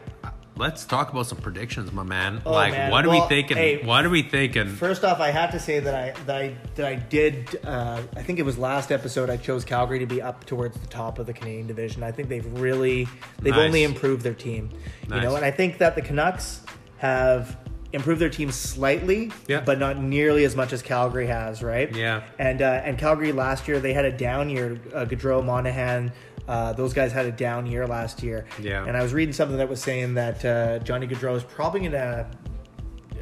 B: let's talk about some predictions, my man.
A: Oh,
B: like
A: man.
B: what are
A: Well,
B: we thinking?
A: hey.
B: what are we thinking?
A: First off, I have to say that I that I that I did. Uh, I think it was last episode. I chose Calgary to be up towards the top of the Canadian division. I think they've really they've
B: Nice.
A: only improved their team, you
B: Nice.
A: know. And I think that the Canucks have improved their team slightly,
B: Yeah.
A: but not nearly as much as Calgary has, right?
B: Yeah.
A: And uh, and Calgary last year they had a down year. Uh, Gaudreau, Monahan. Uh, those guys had a down year last year.
B: Yeah.
A: And I was reading something that was saying that uh, Johnny Gaudreau is probably going to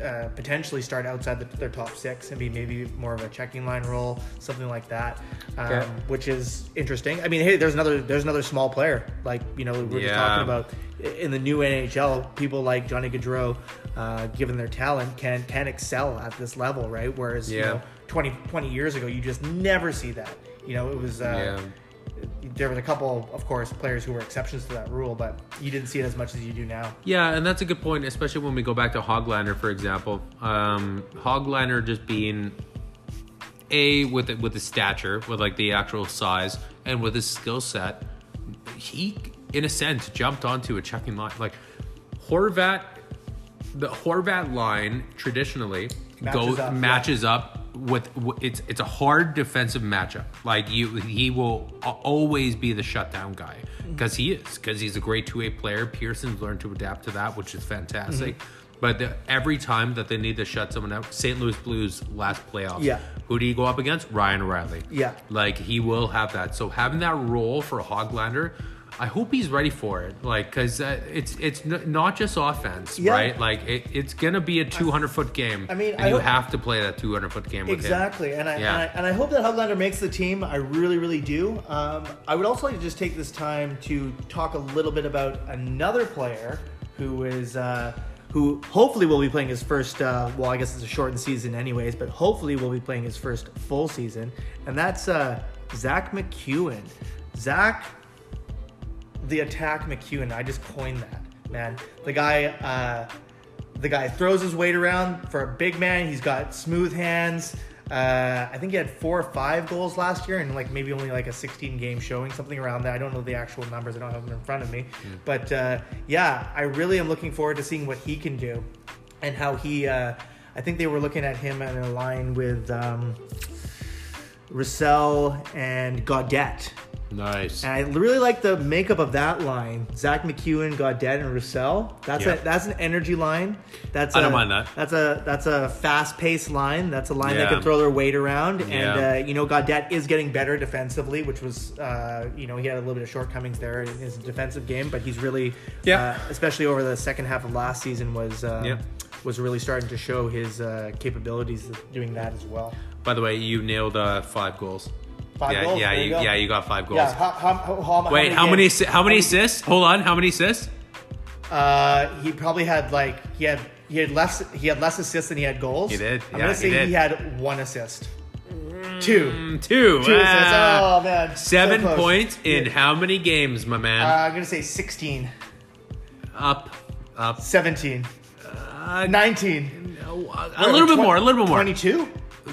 A: uh, potentially start outside the, their top six and be maybe more of a checking line role, something like that, um,
B: Okay.
A: which is interesting. I mean, hey, there's another there's another small player like you know we we're just
B: Yeah.
A: talking about i- in the new NHL. People like Johnny Gaudreau, uh, given their talent, can can excel at this level, right? Whereas you
B: Yeah.
A: know 20, 20 years ago, you just never see that. You know, it was. Uh,
B: Yeah.
A: There was a couple, of course, players who were exceptions to that rule, but you didn't see it as much as you do now.
B: Yeah, and that's a good point, especially when we go back to Hoglander, for example. Um, Hoglander just being a with it with his stature, with like the actual size, and with his skill set, he in a sense jumped onto a checking line. Like Horvat, the Horvat line traditionally
A: Matches
B: goes
A: up, yeah.
B: matches up with w- it's it's a hard defensive matchup. Like you, he will a- always be the shutdown guy because he is because he's a great two way player. Pearson's learned to adapt to that, which is fantastic.
A: Mm-hmm.
B: But the, every time that they need to shut someone out, St. Louis Blues last playoff,
A: Yeah.
B: who do you go up against? Ryan Riley.
A: Yeah.
B: Like he will have that. So having that role for Hoglander, I hope he's ready for it. Like because uh, it's it's n- not just offense,
A: Yeah.
B: right? Like it, it's gonna be a 200 foot game.
A: I mean,
B: and
A: I
B: you
A: hope-
B: have to play that 200 foot game with
A: Exactly,
B: him.
A: and I,
B: Yeah.
A: and I and I hope that Huglander makes the team. I really, really do. Um, I would also like to just take this time to talk a little bit about another player who is uh, who hopefully will be playing his first. Uh, well, I guess it's a shortened season, anyways, but hopefully will be playing his first full season, and that's uh, Zach McEwen. Zach the attack McEwen. I just coined that, man. The guy, uh, the guy throws his weight around for a big man. He's got smooth hands. Uh, I think he had four or five goals last year, and like maybe only like a 16 game showing, something around that. I don't know the actual numbers. I don't have them in front of me, but uh, yeah, I really am looking forward to seeing what he can do, and how he. Uh, I think they were looking at him in a line with um, Russell and Gaudet.
B: Nice.
A: And I really like the makeup of that line. Zach McEwen, Godet, and Roussel. That's
B: Yeah.
A: a that's an energy line. That's
B: I
A: a,
B: don't mind that.
A: That's a that's a fast paced line. That's a line that
B: Yeah.
A: can throw their weight around.
B: Yeah.
A: And uh, you know, Godet is getting better defensively, which was uh, you know he had a little bit of shortcomings there in his defensive game, but he's really
B: Yeah.
A: uh, especially over the second half of last season was. Uh,
B: Yeah.
A: Was really starting to show his uh, capabilities of doing that as well.
B: By the way, you nailed uh, five goals.
A: Five
B: yeah,
A: goals,
B: Yeah,
A: there you
B: you,
A: go.
B: yeah, you got five goals.
A: Yeah. How, how, how, how
B: Wait, how many?
A: games-
B: assi- How many assists? Hold on, how many assists?
A: Uh, he probably had like he had he had less he had less assists than he had goals.
B: He did,
A: I'm
B: yeah,
A: gonna
B: he
A: say he,
B: did.
A: had one assist, two,
B: Mm,
A: two
B: Two.
A: assists.
B: Ah.
A: Oh man, so
B: Seven
A: close.
B: points in
A: Yeah.
B: how many games, my man?
A: Uh, I'm gonna say 16,
B: up, up.
A: 17,
B: Uh,
A: 19.
B: no, uh, a little bit more. A little bit more.
A: 22,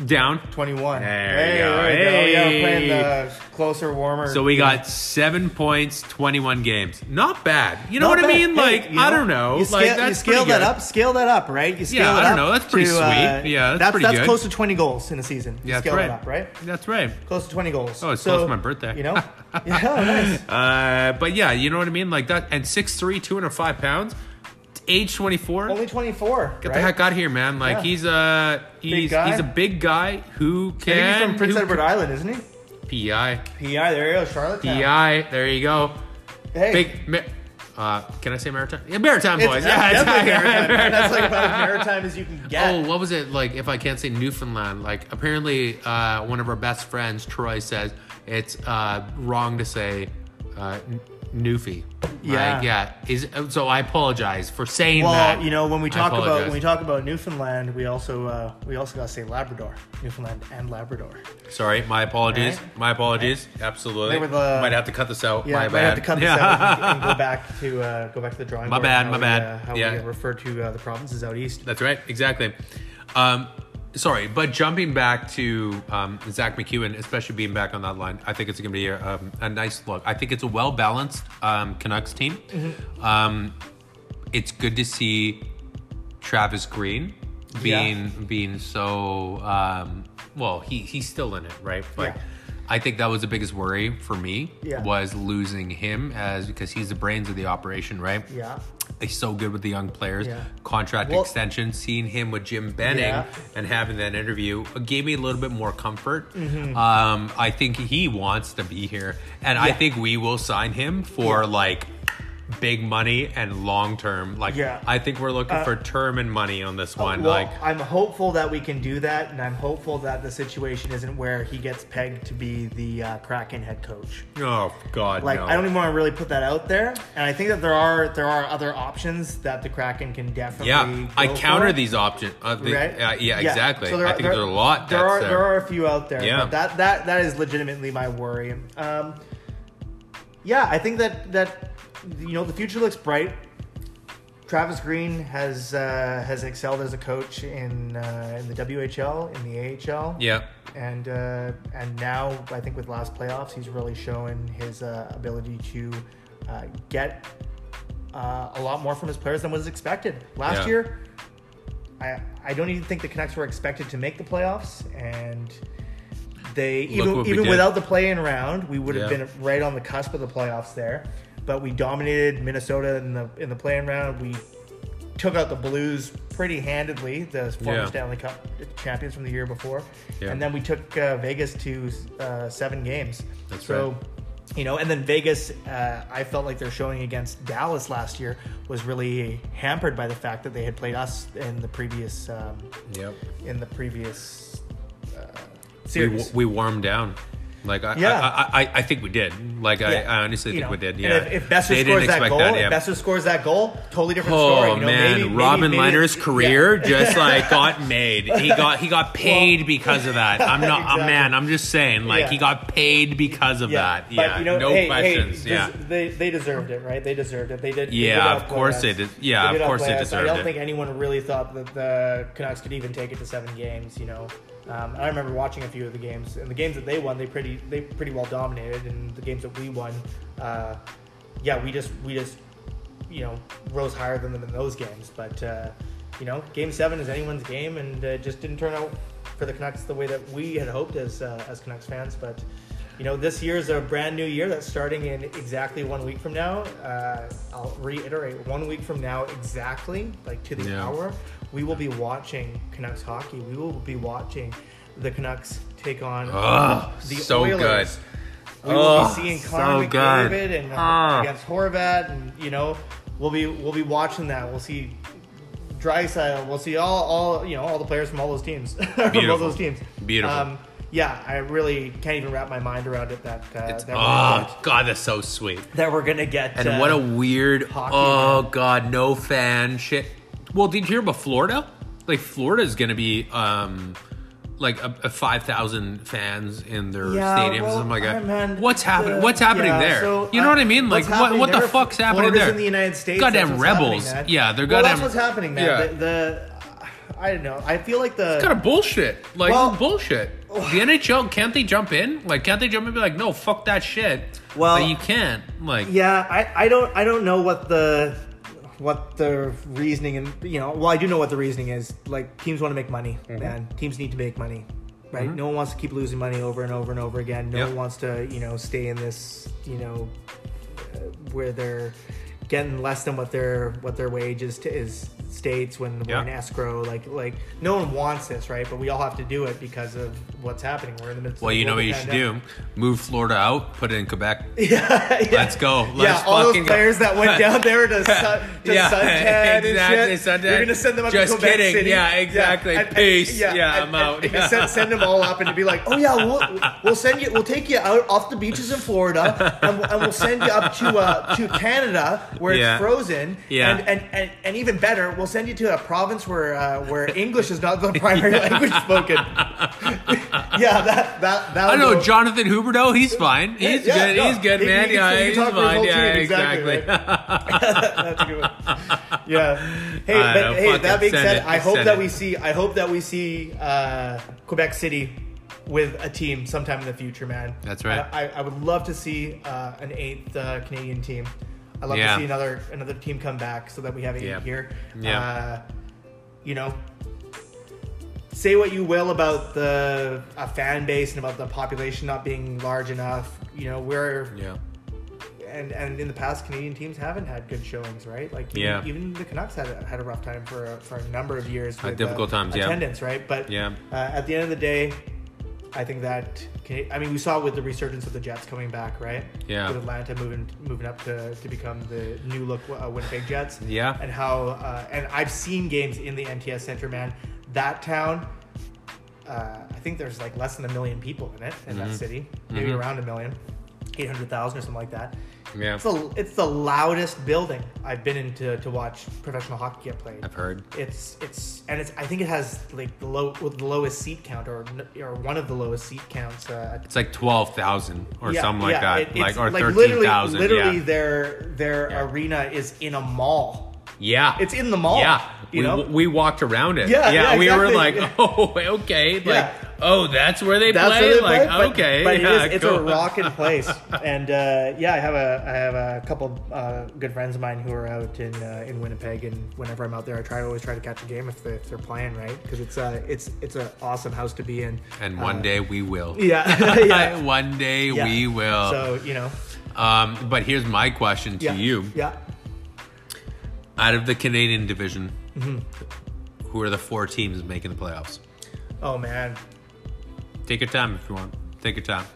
B: Down.
A: 21.
B: There
A: hey,
B: you go.
A: there you
B: Hey.
A: Yeah, playing the closer, warmer.
B: So we got seven points, twenty-one games. Not bad. You know
A: Not
B: what I
A: bad.
B: mean?
A: Hey,
B: like
A: you
B: I don't know.
A: You scale,
B: like that's
A: you scale
B: pretty
A: that
B: good.
A: up. Scale that up, right? You scale
B: Yeah,
A: it
B: I don't
A: up
B: know, that's pretty
A: to,
B: sweet.
A: uh,
B: Yeah, that's
A: that's
B: pretty
A: that's
B: good.
A: close to 20 goals in a season. You
B: Yeah, that's
A: scale
B: right.
A: it up, right?
B: That's right.
A: Close to 20 goals.
B: Oh, it's
A: So,
B: close to my birthday.
A: You know? yeah, nice.
B: Uh, but yeah, you know what I mean? Like that. And six three, two hundred five pounds. Age twenty-four.
A: Only 24.
B: Get
A: right?
B: the heck out of here, man! Like
A: Yeah.
B: he's a he's
A: guy.
B: he's a big guy who
A: Maybe
B: can
A: he's from Prince
B: who-
A: Edward Island, isn't he?
B: PI
A: PI, there you go, Charlotte.
B: PI. There you go.
A: Hey,
B: Big. ma- Uh, can I say maritime? Yeah, maritime
A: It's
B: boys.
A: yeah,
B: Yeah,
A: definitely
B: it's-
A: maritime. That's like about as maritime as you can get.
B: Oh, what was it like? If I can't say Newfoundland, like apparently uh, one of our best friends, Troy, says it's uh, wrong to say uh, n- Newfie.
A: Yeah.
B: like, yeah. Is so I apologize for saying
A: well,
B: that.
A: you know when we
B: I
A: talk about
B: apologize.
A: when we talk about Newfoundland, we also uh, we also gotta say Labrador, Newfoundland and Labrador.
B: Sorry, my apologies.
A: Alright.
B: My apologies. Absolutely.
A: Eh? They were the-
B: Might have to cut this out.
A: Yeah, I
B: my
A: might
B: bad.
A: have to cut this
B: yeah.
A: out and, and go back to uh, go back to the drawing
B: My
A: board.
B: bad,
A: and
B: my
A: how
B: bad.
A: We, uh, how
B: Yeah.
A: we refer to uh, the provinces out east.
B: That's right. Exactly. Um, sorry, but jumping back to um, Zach McEwen, especially being back on that line, I think it's going to be a, um, a nice look. I think it's a well balanced um, Canucks team.
A: Mm-hmm.
B: Um, it's good to see Travis Green being being so um, well. He he's still in it, right? But
A: Yeah.
B: I think that was the biggest worry for me
A: Yeah.
B: was losing him as because he's the brains of the operation, right?
A: Yeah.
B: He's so good with the young players.
A: Yeah.
B: Contract
A: Well-
B: extension, seeing him with Jim Benning
A: Yeah.
B: and having that interview uh, gave me a little bit more comfort. Um, I think he wants to be here, and
A: Mm-hmm.
B: I
A: Yeah.
B: think we will sign him for like big money and long term. Like,
A: Yeah. Uh,
B: I think we're looking for term and money on this one.
A: Well,
B: like,
A: I'm hopeful that we can do that, and I'm hopeful that the situation isn't where he gets pegged to be the uh, Kraken head coach.
B: oh god,
A: Like
B: no.
A: I don't even want to really put that out there, and I think that there are there are other options that the Kraken can definitely.
B: yeah, I
A: go
B: counter
A: for.
B: these options. Uh, the,
A: Right?
B: uh, yeah, exactly.
A: So there
B: I
A: are-
B: think
A: there-
B: there's a lot.
A: There
B: that's
A: are
B: there.
A: there are a few out there.
B: Yeah.
A: but that that that is legitimately my worry. Um, yeah, I think that that you know the future looks bright. Travis Green has uh, has excelled as a coach in uh, in the WHL, in the AHL,
B: yeah.
A: and uh, and now I think with last playoffs he's really shown his uh, ability to uh, get uh, a lot more from his players than was expected last
B: Yeah.
A: year. I I don't even think the Canucks were expected to make the playoffs, and they even
B: what we
A: even
B: did.
A: without the play-in round, we would have
B: Yeah.
A: been right on the cusp of the playoffs there. But we dominated Minnesota in the in the play-in round. We took out the Blues pretty handedly, the former
B: Yeah.
A: Stanley Cup champions from the year before,
B: Yeah.
A: and then we took uh, Vegas to uh, seven games.
B: That's
A: so,
B: right.
A: You know, and then Vegas, uh, I felt like their showing against Dallas last year was really hampered by the fact that they had played us in the previous um,
B: Yep.
A: in the previous uh,
B: we,
A: series.
B: wa- we warmed down. Like I,
A: Yeah.
B: I, I, I, I think we did. Like I,
A: Yeah.
B: I honestly
A: You
B: think
A: know,
B: we did.
A: and
B: Yeah.
A: if, if Besser
B: They didn't
A: scores that
B: expect
A: goal,
B: yeah.
A: if Besser scores that goal, totally different story.
B: Oh
A: You know,
B: man,
A: maybe- maybe-
B: Robin
A: maybe-
B: Leiner's
A: yeah.
B: career just like got made. He got he got paid because of that. I'm not uh, man.
A: Exactly.
B: I'm just saying like
A: Yeah.
B: he got paid because of that.
A: But,
B: Yeah,
A: you know,
B: no
A: hey, hey,
B: questions.
A: des-
B: yeah,
A: they they deserved it, right? They deserved it. They did. they
B: Yeah,
A: did
B: of course
A: outplay
B: they
A: us.
B: did- yeah,
A: did
B: of course they
A: outplay us. I
B: deserved
A: don't
B: it.
A: think anyone really thought that the Canucks could even take it to seven games. You know, um, I remember watching a few of the games, and the games that they won, they pretty they pretty well dominated, and the games that we won, uh, yeah, we just we just you know rose higher than them in those games, but. Uh, you know, Game Seven is anyone's game, and uh, it just didn't turn out for the Canucks the way that we had hoped as uh, as Canucks fans. But you know, this year is a brand new year that's starting in exactly one week from now. Uh, I'll reiterate, one week from now exactly, like to the
B: Yeah.
A: hour, we will be watching Canucks hockey. We will be watching the Canucks take on
B: Ugh,
A: the
B: so
A: Oilers.
B: good.
A: We will
B: Ugh,
A: be seeing
B: so
A: Connor
B: good.
A: McDavid and uh,
B: Ah.
A: against Horvat, and you know, we'll be we'll be watching that. We'll see Drysdale. We'll see all all you know all the players from all those teams from all
B: Beautiful.
A: those teams. Um,
B: Beautiful.
A: yeah, I really can't even wrap my mind around it that uh,
B: it's,
A: that, we're gonna,
B: oh god, that's so sweet.
A: that we're gonna get.
B: And
A: uh,
B: what a weird.
A: hockey,
B: Oh god, no fan shit. Well, did you hear about Florida? Like Florida's going to be um like a, a five thousand fans in their
A: Yeah,
B: stadiums.
A: well,
B: I'm like,
A: I meant
B: Oh what's happening?
A: the-
B: what's happening
A: yeah,
B: there?
A: so,
B: you know
A: uh,
B: what I mean? Like,
A: what's
B: what, what the
A: happening there?
B: fuck's happening
A: Florida's
B: there?
A: in the United States.
B: Goddamn
A: that's what's
B: rebels.
A: happening, man.
B: Yeah, they're
A: Well,
B: goddamn.
A: that's what's happening, man.
B: Yeah.
A: The, the I don't know. I feel like the
B: Kind of bullshit. Like
A: Well- oh.
B: this is bullshit. The NHL can't they jump in? Like can't they jump in and be like, no, fuck that shit?
A: Well-
B: Like, you can't. Like
A: Yeah, I, I don't I don't know what the what the reasoning and you know well I do know what the reasoning is. Like teams want to make money,
B: Mm-hmm.
A: man. Teams need to make money, right? No one wants to keep losing money over and over and over again. No
B: Yeah.
A: one wants to you know stay in this you know uh, where they're getting less than what their what their wage is to, is states when we're
B: Yeah.
A: in escrow. Like like no one wants this, right? But we all have to do it because of what's happening. We're in the midst.
B: Well,
A: of a
B: you know what
A: global
B: you should
A: pandemic.
B: do? Move Florida out, put it in Quebec.
A: Yeah, yeah.
B: Let's go. Let's
A: yeah, all
B: fucking
A: those
B: go.
A: players that went down there to, sun, to
B: Yeah,
A: suntan and
B: exactly,
A: shit.
B: suntan.
A: You're gonna send them up
B: Just
A: to Quebec
B: kidding.
A: City.
B: Yeah, exactly. Peace. Yeah, I'm out.
A: and you send, send them all up and to be like, oh yeah, we'll, we'll send you, we'll take you out off the beaches in Florida, and, we'll- and we'll send you up to uh, to Canada where
B: Yeah.
A: it's frozen.
B: Yeah.
A: And, and, and and even better, we'll send you to a province where uh, where English is not the primary language spoken. yeah, that that that.
B: I
A: would
B: know
A: go-
B: Jonathan Huberto. He's fine.
A: Yeah,
B: He's
A: yeah,
B: good.
A: no.
B: He's good,
A: He-
B: man.
A: he can-
B: yeah,
A: he can
B: he's
A: talk for his
B: fine.
A: whole
B: Yeah,
A: team,
B: exactly.
A: exactly, That's a good one. Yeah. Hey,
B: I
A: but,
B: know,
A: hey.
B: fucking
A: That being
B: send
A: said,
B: it,
A: I hope
B: send
A: that
B: it.
A: we see. I hope that we see uh, Quebec City with a team sometime in the future, man.
B: That's right.
A: I, I, I would love to see uh, an eighth uh, Canadian team. I'd love
B: Yeah.
A: to see another another team come back so that we have eight
B: Yeah.
A: here.
B: Yeah.
A: Uh, you know, say what you will about the a fan base and about the population not being large enough. You know, we're
B: Yeah.
A: and and in the past, Canadian teams haven't had good showings, right? Like even,
B: Yeah.
A: even the Canucks had a, had a rough time for a, for a number of years. uh,
B: Had difficult times, yeah.
A: attendance, right? But
B: Yeah.
A: uh, at the end of the day, I think that Cana- I mean we saw it with the resurgence of the Jets coming back, right?
B: Yeah.
A: with Atlanta moving moving up to, to become the new look uh, Winnipeg Jets.
B: Yeah.
A: and how uh, and I've seen games in the MTS Center, man. That town. Uh, I think there's like less than a million people in it in that city, maybe
B: Mhm.
A: around a million, eight hundred thousand or something like that.
B: Yeah.
A: It's the it's the loudest building I've been in to, to watch professional hockey get played.
B: I've heard.
A: It's it's and it's I think it has like the low with the lowest seat count or n- or one of the lowest seat counts. Uh,
B: It's like twelve thousand or
A: yeah,
B: something like
A: yeah,
B: that.
A: it- it's
B: like or thirteen
A: literally,
B: thousand.
A: Literally,
B: yeah.
A: their their
B: Yeah.
A: arena is in a mall.
B: yeah.
A: It's in the mall.
B: Yeah.
A: you
B: we,
A: know
B: we walked around it.
A: Yeah, yeah,
B: we were like,
A: exactly.
B: oh, okay. Like,
A: Yeah.
B: oh, that's where they
A: that's
B: play.
A: where they
B: like,
A: play, but-
B: okay.
A: but,
B: yeah,
A: it is, it's
B: cool.
A: a rockin' place. and uh, yeah, I have a I have a couple uh, good friends of mine who are out in uh, in Winnipeg, and whenever I'm out there, I try always try to catch a game if, they, if they're playing right because it's uh, it's it's an awesome house to be in.
B: And one
A: Uh,
B: day we will.
A: yeah, yeah,
B: one day
A: yeah.
B: we will.
A: So you know,
B: um, but here's my question to
A: yeah,
B: you:
A: yeah.
B: Out of the Canadian division,
A: Mm-hmm.
B: who are the four teams making the playoffs?
A: Oh man,
B: Take your time if you want. Take your time.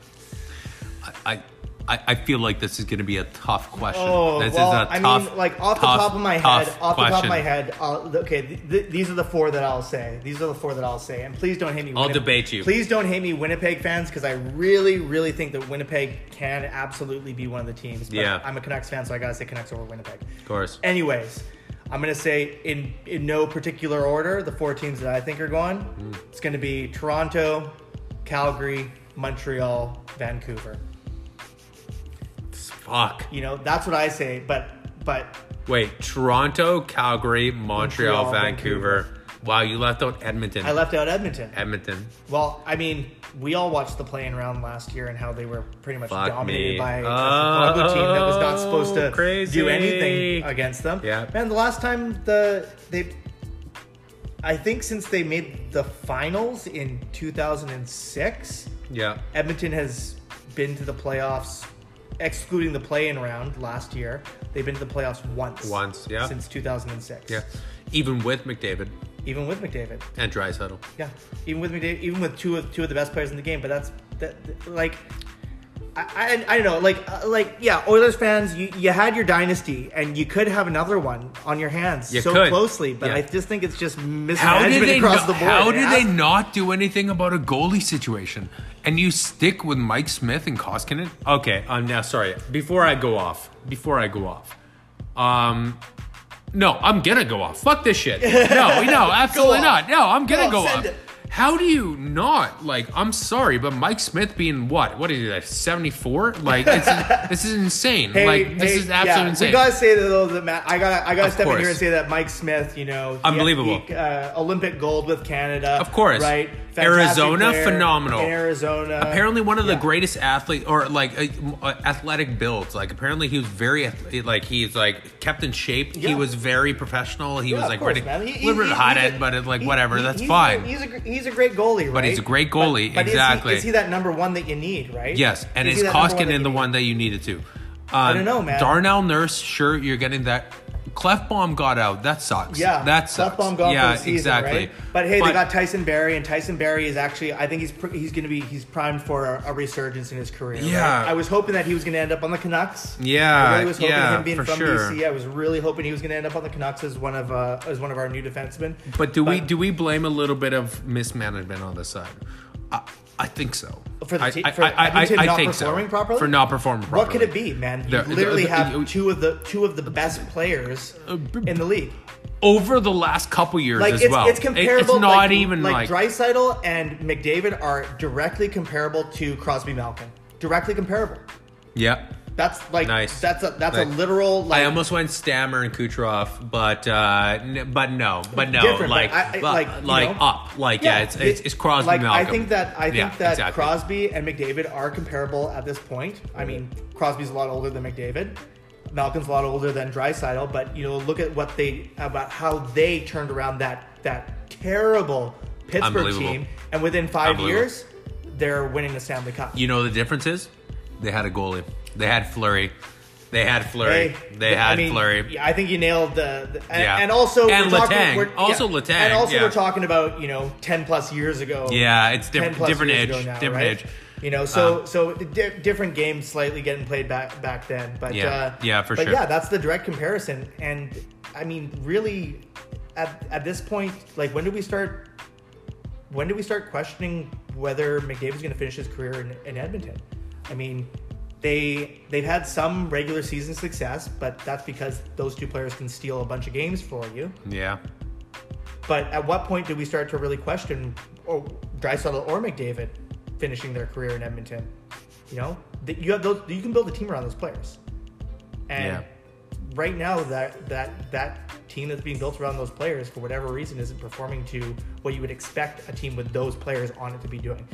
B: I, I, I I feel like this is going to be a tough question.
A: Oh,
B: this
A: well,
B: is a
A: I
B: tough,
A: mean, like off the
B: tough,
A: top of my
B: tough
A: head, off the top of my
B: question.
A: head. I'll, okay, th- th- these are the four that I'll say. These are the four that I'll say, and please don't hate me.
B: I'll debate you.
A: Please don't hate me, Winnipeg fans, because I really, really think that Winnipeg can absolutely be one of the teams. But
B: Yeah.
A: I'm a Canucks fan, so I gotta say Canucks over Winnipeg.
B: Of course.
A: Anyways, I'm gonna say in in no particular order, the four teams that I think are going.
B: Hmm.
A: It's gonna be Toronto, Calgary, Montreal, Vancouver.
B: Fuck.
A: You know, that's what I say. But but
B: Wait, Toronto, Calgary, Montreal,
A: Montreal,
B: Vancouver. Wow, you left out Edmonton.
A: I left out Edmonton.
B: Edmonton.
A: Well, I mean, we all watched the playing round last year and how they were pretty much
B: Fuck
A: dominated
B: me.
A: by a
B: Oh,
A: Chicago team that was not supposed to
B: crazy.
A: do anything against them.
B: Yeah.
A: Man, the last time the they I think since they made the finals in 2006,
B: Yeah.
A: Edmonton has been to the playoffs excluding the play-in round last year. They've been to the playoffs once.
B: Once, yeah.
A: Since 2006.
B: Yeah. Even with McDavid
A: Even with McDavid.
B: and Drysaddle.
A: Yeah, even with me, even with two of two of the best players in the game, but that's that, that- like. I, I, I don't know, like, uh, like, yeah, Oilers fans, you, you had your dynasty, and you could have another one on your hands
B: You
A: so
B: could.
A: closely, but
B: Yeah.
A: I just think it's just
B: How did
A: mismanagement
B: they
A: across
B: no-
A: the board.
B: How did
A: Yeah.
B: they not do anything about a goalie situation? And you stick with Mike Smith and Koskinen? Okay, I'm now sorry. Before I go off, before I go off, um, no, I'm gonna go off. Fuck this shit. No, no, absolutely
A: off.
B: not. No, I'm gonna
A: off,
B: go,
A: send
B: off.
A: it.
B: How do you not like? I'm sorry, but Mike Smith being what? What is that? 74? Like it's, this is insane.
A: Hey,
B: like this
A: hey,
B: is absolutely
A: yeah,
B: insane.
A: We gotta say that though, that Matt, I gotta, I gotta
B: Of
A: step in here
B: course.
A: and say that Mike Smith, you know, he-
B: Unbelievable.
A: he, uh, Olympic gold with Canada,
B: Of course.
A: right?
B: Arizona,
A: player
B: phenomenal.
A: in Arizona,
B: apparently one of the
A: Yeah.
B: greatest athlete or like uh, uh, athletic builds like apparently he was very ath- like he's like kept in shape he
A: Yeah.
B: was very professional he
A: Yeah,
B: was
A: of
B: like
A: course,
B: pretty
A: man. He-
B: a
A: he-
B: little
A: he-
B: bit hot
A: he's a-
B: end but it's like
A: he-
B: whatever
A: he-
B: that's
A: he's a-
B: fine
A: he's a he's a great goalie, right?
B: he's a great goalie,
A: but is he-
B: exactly.
A: Is he, that number one that you need, right?
B: yes and
A: Is
B: is
A: he that number
B: Koskinen
A: that
B: the
A: you
B: one that you needed to um, I
A: don't know, man.
B: Darnell Nurse sure you're getting that Clefbaum got out. That sucks.
A: Yeah,
B: that sucks.
A: Clefbaum got
B: yeah,
A: for the season,
B: exactly.
A: right? But hey, they got Tyson Berry, and Tyson Berry is actually, I think he's pr- he's going to be he's primed for a, a resurgence in his career. right?
B: Yeah.
A: I was hoping that he was going to end up on the Canucks.
B: Yeah,
A: I really was hoping
B: yeah,
A: him being
B: for
A: from
B: sure.
A: BC. I was really hoping he was going to end up on the Canucks as one of uh, as one of our new defensemen.
B: But do we do we blame a little bit of mismanagement on the side? I, I think so.
A: For the
B: I-
A: te-
B: I-
A: for
B: I- I-
A: Edmonton
B: I
A: not
B: think so.
A: performing properly?
B: For not performing properly.
A: What could it be, man? You
B: The- the-
A: literally
B: the-
A: have
B: you- Uh,
A: two of the two of the best players in the league.
B: Over the last couple years
A: Like
B: as
A: it's,
B: well.
A: it's
B: It-
A: comparable.
B: It's not
A: like,
B: even
A: like,
B: like,
A: Dreisaitl and McDavid are directly comparable to Crosby Malkin. Directly comparable.
B: yeah.
A: That's like
B: Nice.
A: That's a that's a
B: Nice.
A: literal like
B: I almost went Stammer and Kucherov, but uh, n- but no, but no,
A: Different, but
B: like
A: I- I-
B: but-
A: like, you
B: like
A: know?
B: up, like yeah, it's, it's it's Crosby.
A: Like
B: Malcolm.
A: I think that I think
B: Yeah,
A: that
B: exactly.
A: Crosby and McDavid are comparable at this point. I mean, Crosby's a lot older than McDavid. Malkin's a lot older than Drysidle, but you know, look at what they about how they turned around that that terrible Pittsburgh
B: Unbelievable.
A: team, and within five
B: Unbelievable.
A: years, they're winning the Stanley Cup.
B: You know the difference is they had a goalie. They had Flurry. They had Flurry.
A: Hey,
B: They
A: I
B: had
A: mean,
B: Flurry.
A: yeah, I think you nailed the. the and,
B: Yeah.
A: and also
B: And
A: we're talking,
B: Letang.
A: we're-
B: Also
A: yeah.
B: Letang,
A: And also
B: yeah.
A: we're talking about you know ten plus years ago.
B: Yeah, it's
A: 10
B: different,
A: plus
B: different
A: years
B: age,
A: ago now,
B: different
A: right?
B: age.
A: You know, so
B: Um,
A: so di- different games slightly getting played back back then, but
B: Yeah.
A: uh,
B: Yeah, for
A: but
B: sure.
A: yeah, that's the direct comparison, and I mean, really, at at this point, like when do we start? When do we start questioning whether McDavid's going to finish his career in, in Edmonton? I mean, they they've had some regular season success, but that's because those two players can steal a bunch of games for you.
B: Yeah,
A: But at what point do we start to really question or Drysdale or McDavid finishing their career in Edmonton? You know, that you have those. You can build a team around those players. And right now, that that that team that's being built around those players, for whatever reason, isn't performing to what you would expect a team with those players on it to be doing.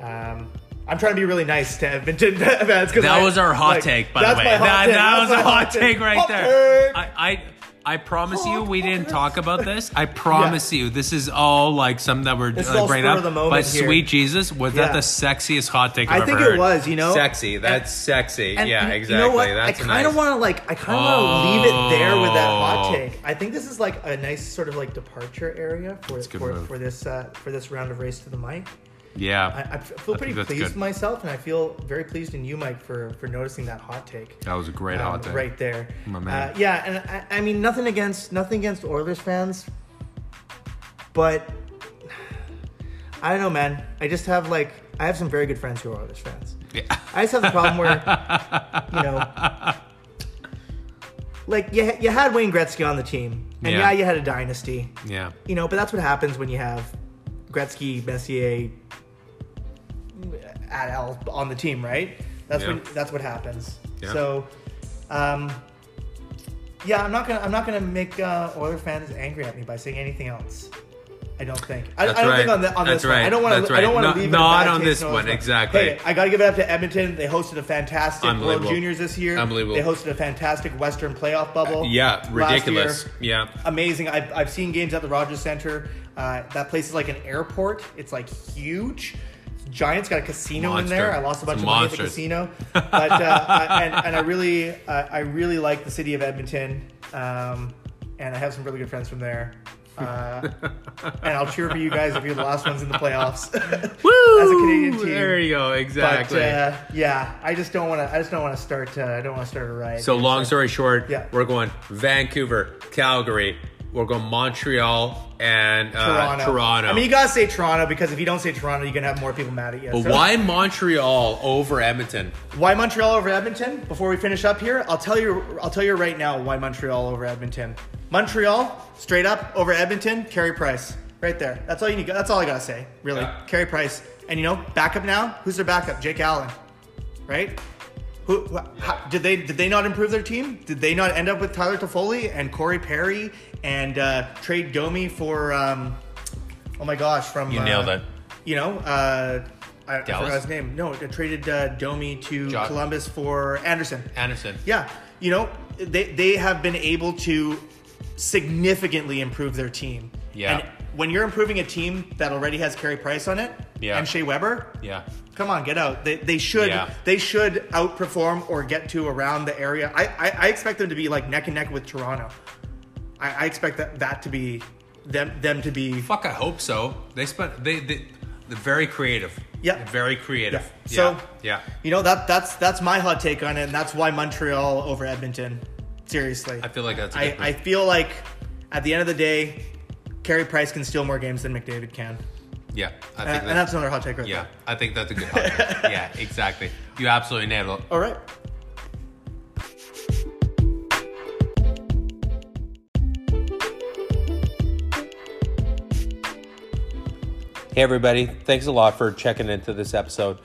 A: Um, I'm trying to be really nice to Edmonton fans. 'cause
B: that
A: I-
B: was our hot
A: like,
B: take, by
A: that's
B: the way.
A: my hot
B: that
A: take,
B: that
A: that's
B: was a
A: my
B: hot take right
A: Hot
B: there.
A: take.
B: I, I I promise you,
A: Hot
B: we didn't
A: take.
B: talk about this. I promise you, this is all like something that we're
A: This is
B: like,
A: all
B: bringing
A: spur
B: up.
A: of the moment
B: but
A: here.
B: sweet Jesus, was
A: Yeah.
B: that the sexiest hot take I've
A: I think
B: ever
A: it
B: heard?
A: was, you know?
B: sexy.
A: And-
B: That's sexy.
A: And
B: yeah,
A: you-
B: exactly.
A: You know what?
B: That's
A: I kind of
B: nice.
A: want to like. I kind of want to leave it there with that hot
B: Oh.
A: take. I think this is like a nice sort of like departure area for
B: a good
A: for,
B: move.
A: for this uh, for this round of race to the mic.
B: Yeah.
A: I, I feel
B: I
A: pretty
B: think that's
A: pleased
B: good.
A: with myself, and I feel very pleased in you, Mike, for for noticing that hot take.
B: that was a great
A: um,
B: hot take.
A: right there.
B: My man.
A: Uh, yeah, and I, I mean nothing against nothing against Oilers fans, but I don't know, man. I just have like I have some very good friends who are Oilers fans.
B: Yeah.
A: I just have the problem where, you know, like you, you had Wayne Gretzky on the team, and yeah.
B: Yeah.
A: you had a dynasty,
B: Yeah.
A: you know, but that's what happens when you have Gretzky, Messier, at L on the team, right? That's
B: Yeah.
A: when that's what happens.
B: Yeah.
A: So, um, yeah, I'm not gonna I'm not gonna make uh, Oiler fans angry at me by saying anything else. I don't think. I, I
B: That's
A: don't
B: right.
A: think on, the, on
B: That's
A: this one. I
B: right.
A: don't want
B: That's
A: to. I don't
B: right.
A: want to
B: No-
A: leave. it
B: not
A: at bad
B: on
A: taste
B: this
A: in Oilers
B: one,
A: fans.
B: exactly.
A: Hey, I got to give it up to Edmonton. They hosted a fantastic World
B: Unbelievable.
A: Juniors this year.
B: Unbelievable.
A: They hosted a fantastic Western playoff bubble.
B: Yeah.
A: last
B: Ridiculous.
A: year
B: Yeah.
A: amazing. I've, I've seen games at the Rogers Center. Uh, that place is like an airport. It's like huge. Giants got a casino
B: Monster.
A: in there. I lost a bunch
B: It's
A: of money at the
B: monsters.
A: casino, but uh, I, and, and I really, uh, I really like the city of Edmonton, um, and I have some really good friends from there. Uh, and I'll cheer for you guys if you're the last ones in the playoffs. uh,
B: Woo!
A: As a Canadian team.
B: There you go.
A: but
B: Exactly.
A: uh, yeah, I just don't want to. I just don't want to start. Uh, I don't want to start a riot.
B: So long story short,
A: Yeah.
B: we're going Vancouver, Calgary, we're going Montreal and uh,
A: Toronto.
B: Toronto.
A: I mean, you gotta say Toronto because if you don't say Toronto, you're gonna have more people mad at you.
B: but
A: So-
B: why Montreal over Edmonton?
A: Why Montreal over Edmonton? Before we finish up here, I'll tell you. I'll tell you right now why Montreal over Edmonton. Montreal straight up over Edmonton. Carey Price, right there. That's all you need. That's all I gotta say. Really,
B: Yeah.
A: Carey Price. And you know, backup now. Who's their backup? Jake Allen, right? Who wh- how, did they did they not improve their team? Did they not end up with Tyler Toffoli and Corey Perry and uh, trade Domi for? Um, oh my gosh, from
B: You
A: uh,
B: nailed it.
A: You know, uh, I, I forgot
B: Dallas?
A: his name. No, they traded uh, Domi to
B: Jo-
A: Columbus for Anderson.
B: Anderson.
A: Yeah, you know, they they have been able to significantly improve their team.
B: Yeah.
A: And when you're improving a team that already has Carey Price on it
B: Yeah.
A: and Shea Weber,
B: Yeah.
A: Come on, get out. They, they should
B: Yeah.
A: they should outperform or get to around the area. I, I, I expect them to be like neck and neck with Toronto. I, I expect that, that to be them them to be
B: Fuck, I hope so. They spent they they they're very creative.
A: Yeah.
B: They're very creative.
A: Yeah. So-
B: yeah.
A: you know that that's that's my hot take on it, and that's why Montreal over Edmonton. Seriously.
B: I feel like that's. a
A: I,
B: good
A: I
B: point.
A: feel like at the end of the day, Carey Price can steal more games than McDavid can.
B: yeah. I
A: And,
B: think
A: and
B: that's.
A: that's another hot take right
B: Yeah,
A: there.
B: I think that's a good. hot take. yeah, exactly. You absolutely nailed it.
A: All right.
B: Hey, everybody. Thanks a lot for checking into this episode.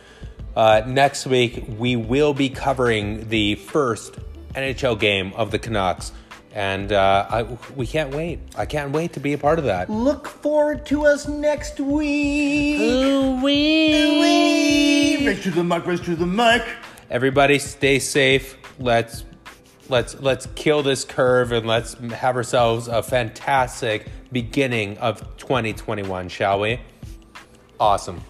B: Uh, next week, we will be covering the first NHL game of the Canucks. And uh, I, we can't wait. I can't wait to be a part of that.
A: Look forward to us next week. Race to the mic, race to the mic.
B: Everybody, stay safe. Let's let's let's kill this curve and let's have ourselves a fantastic beginning of 2021, shall we? Awesome.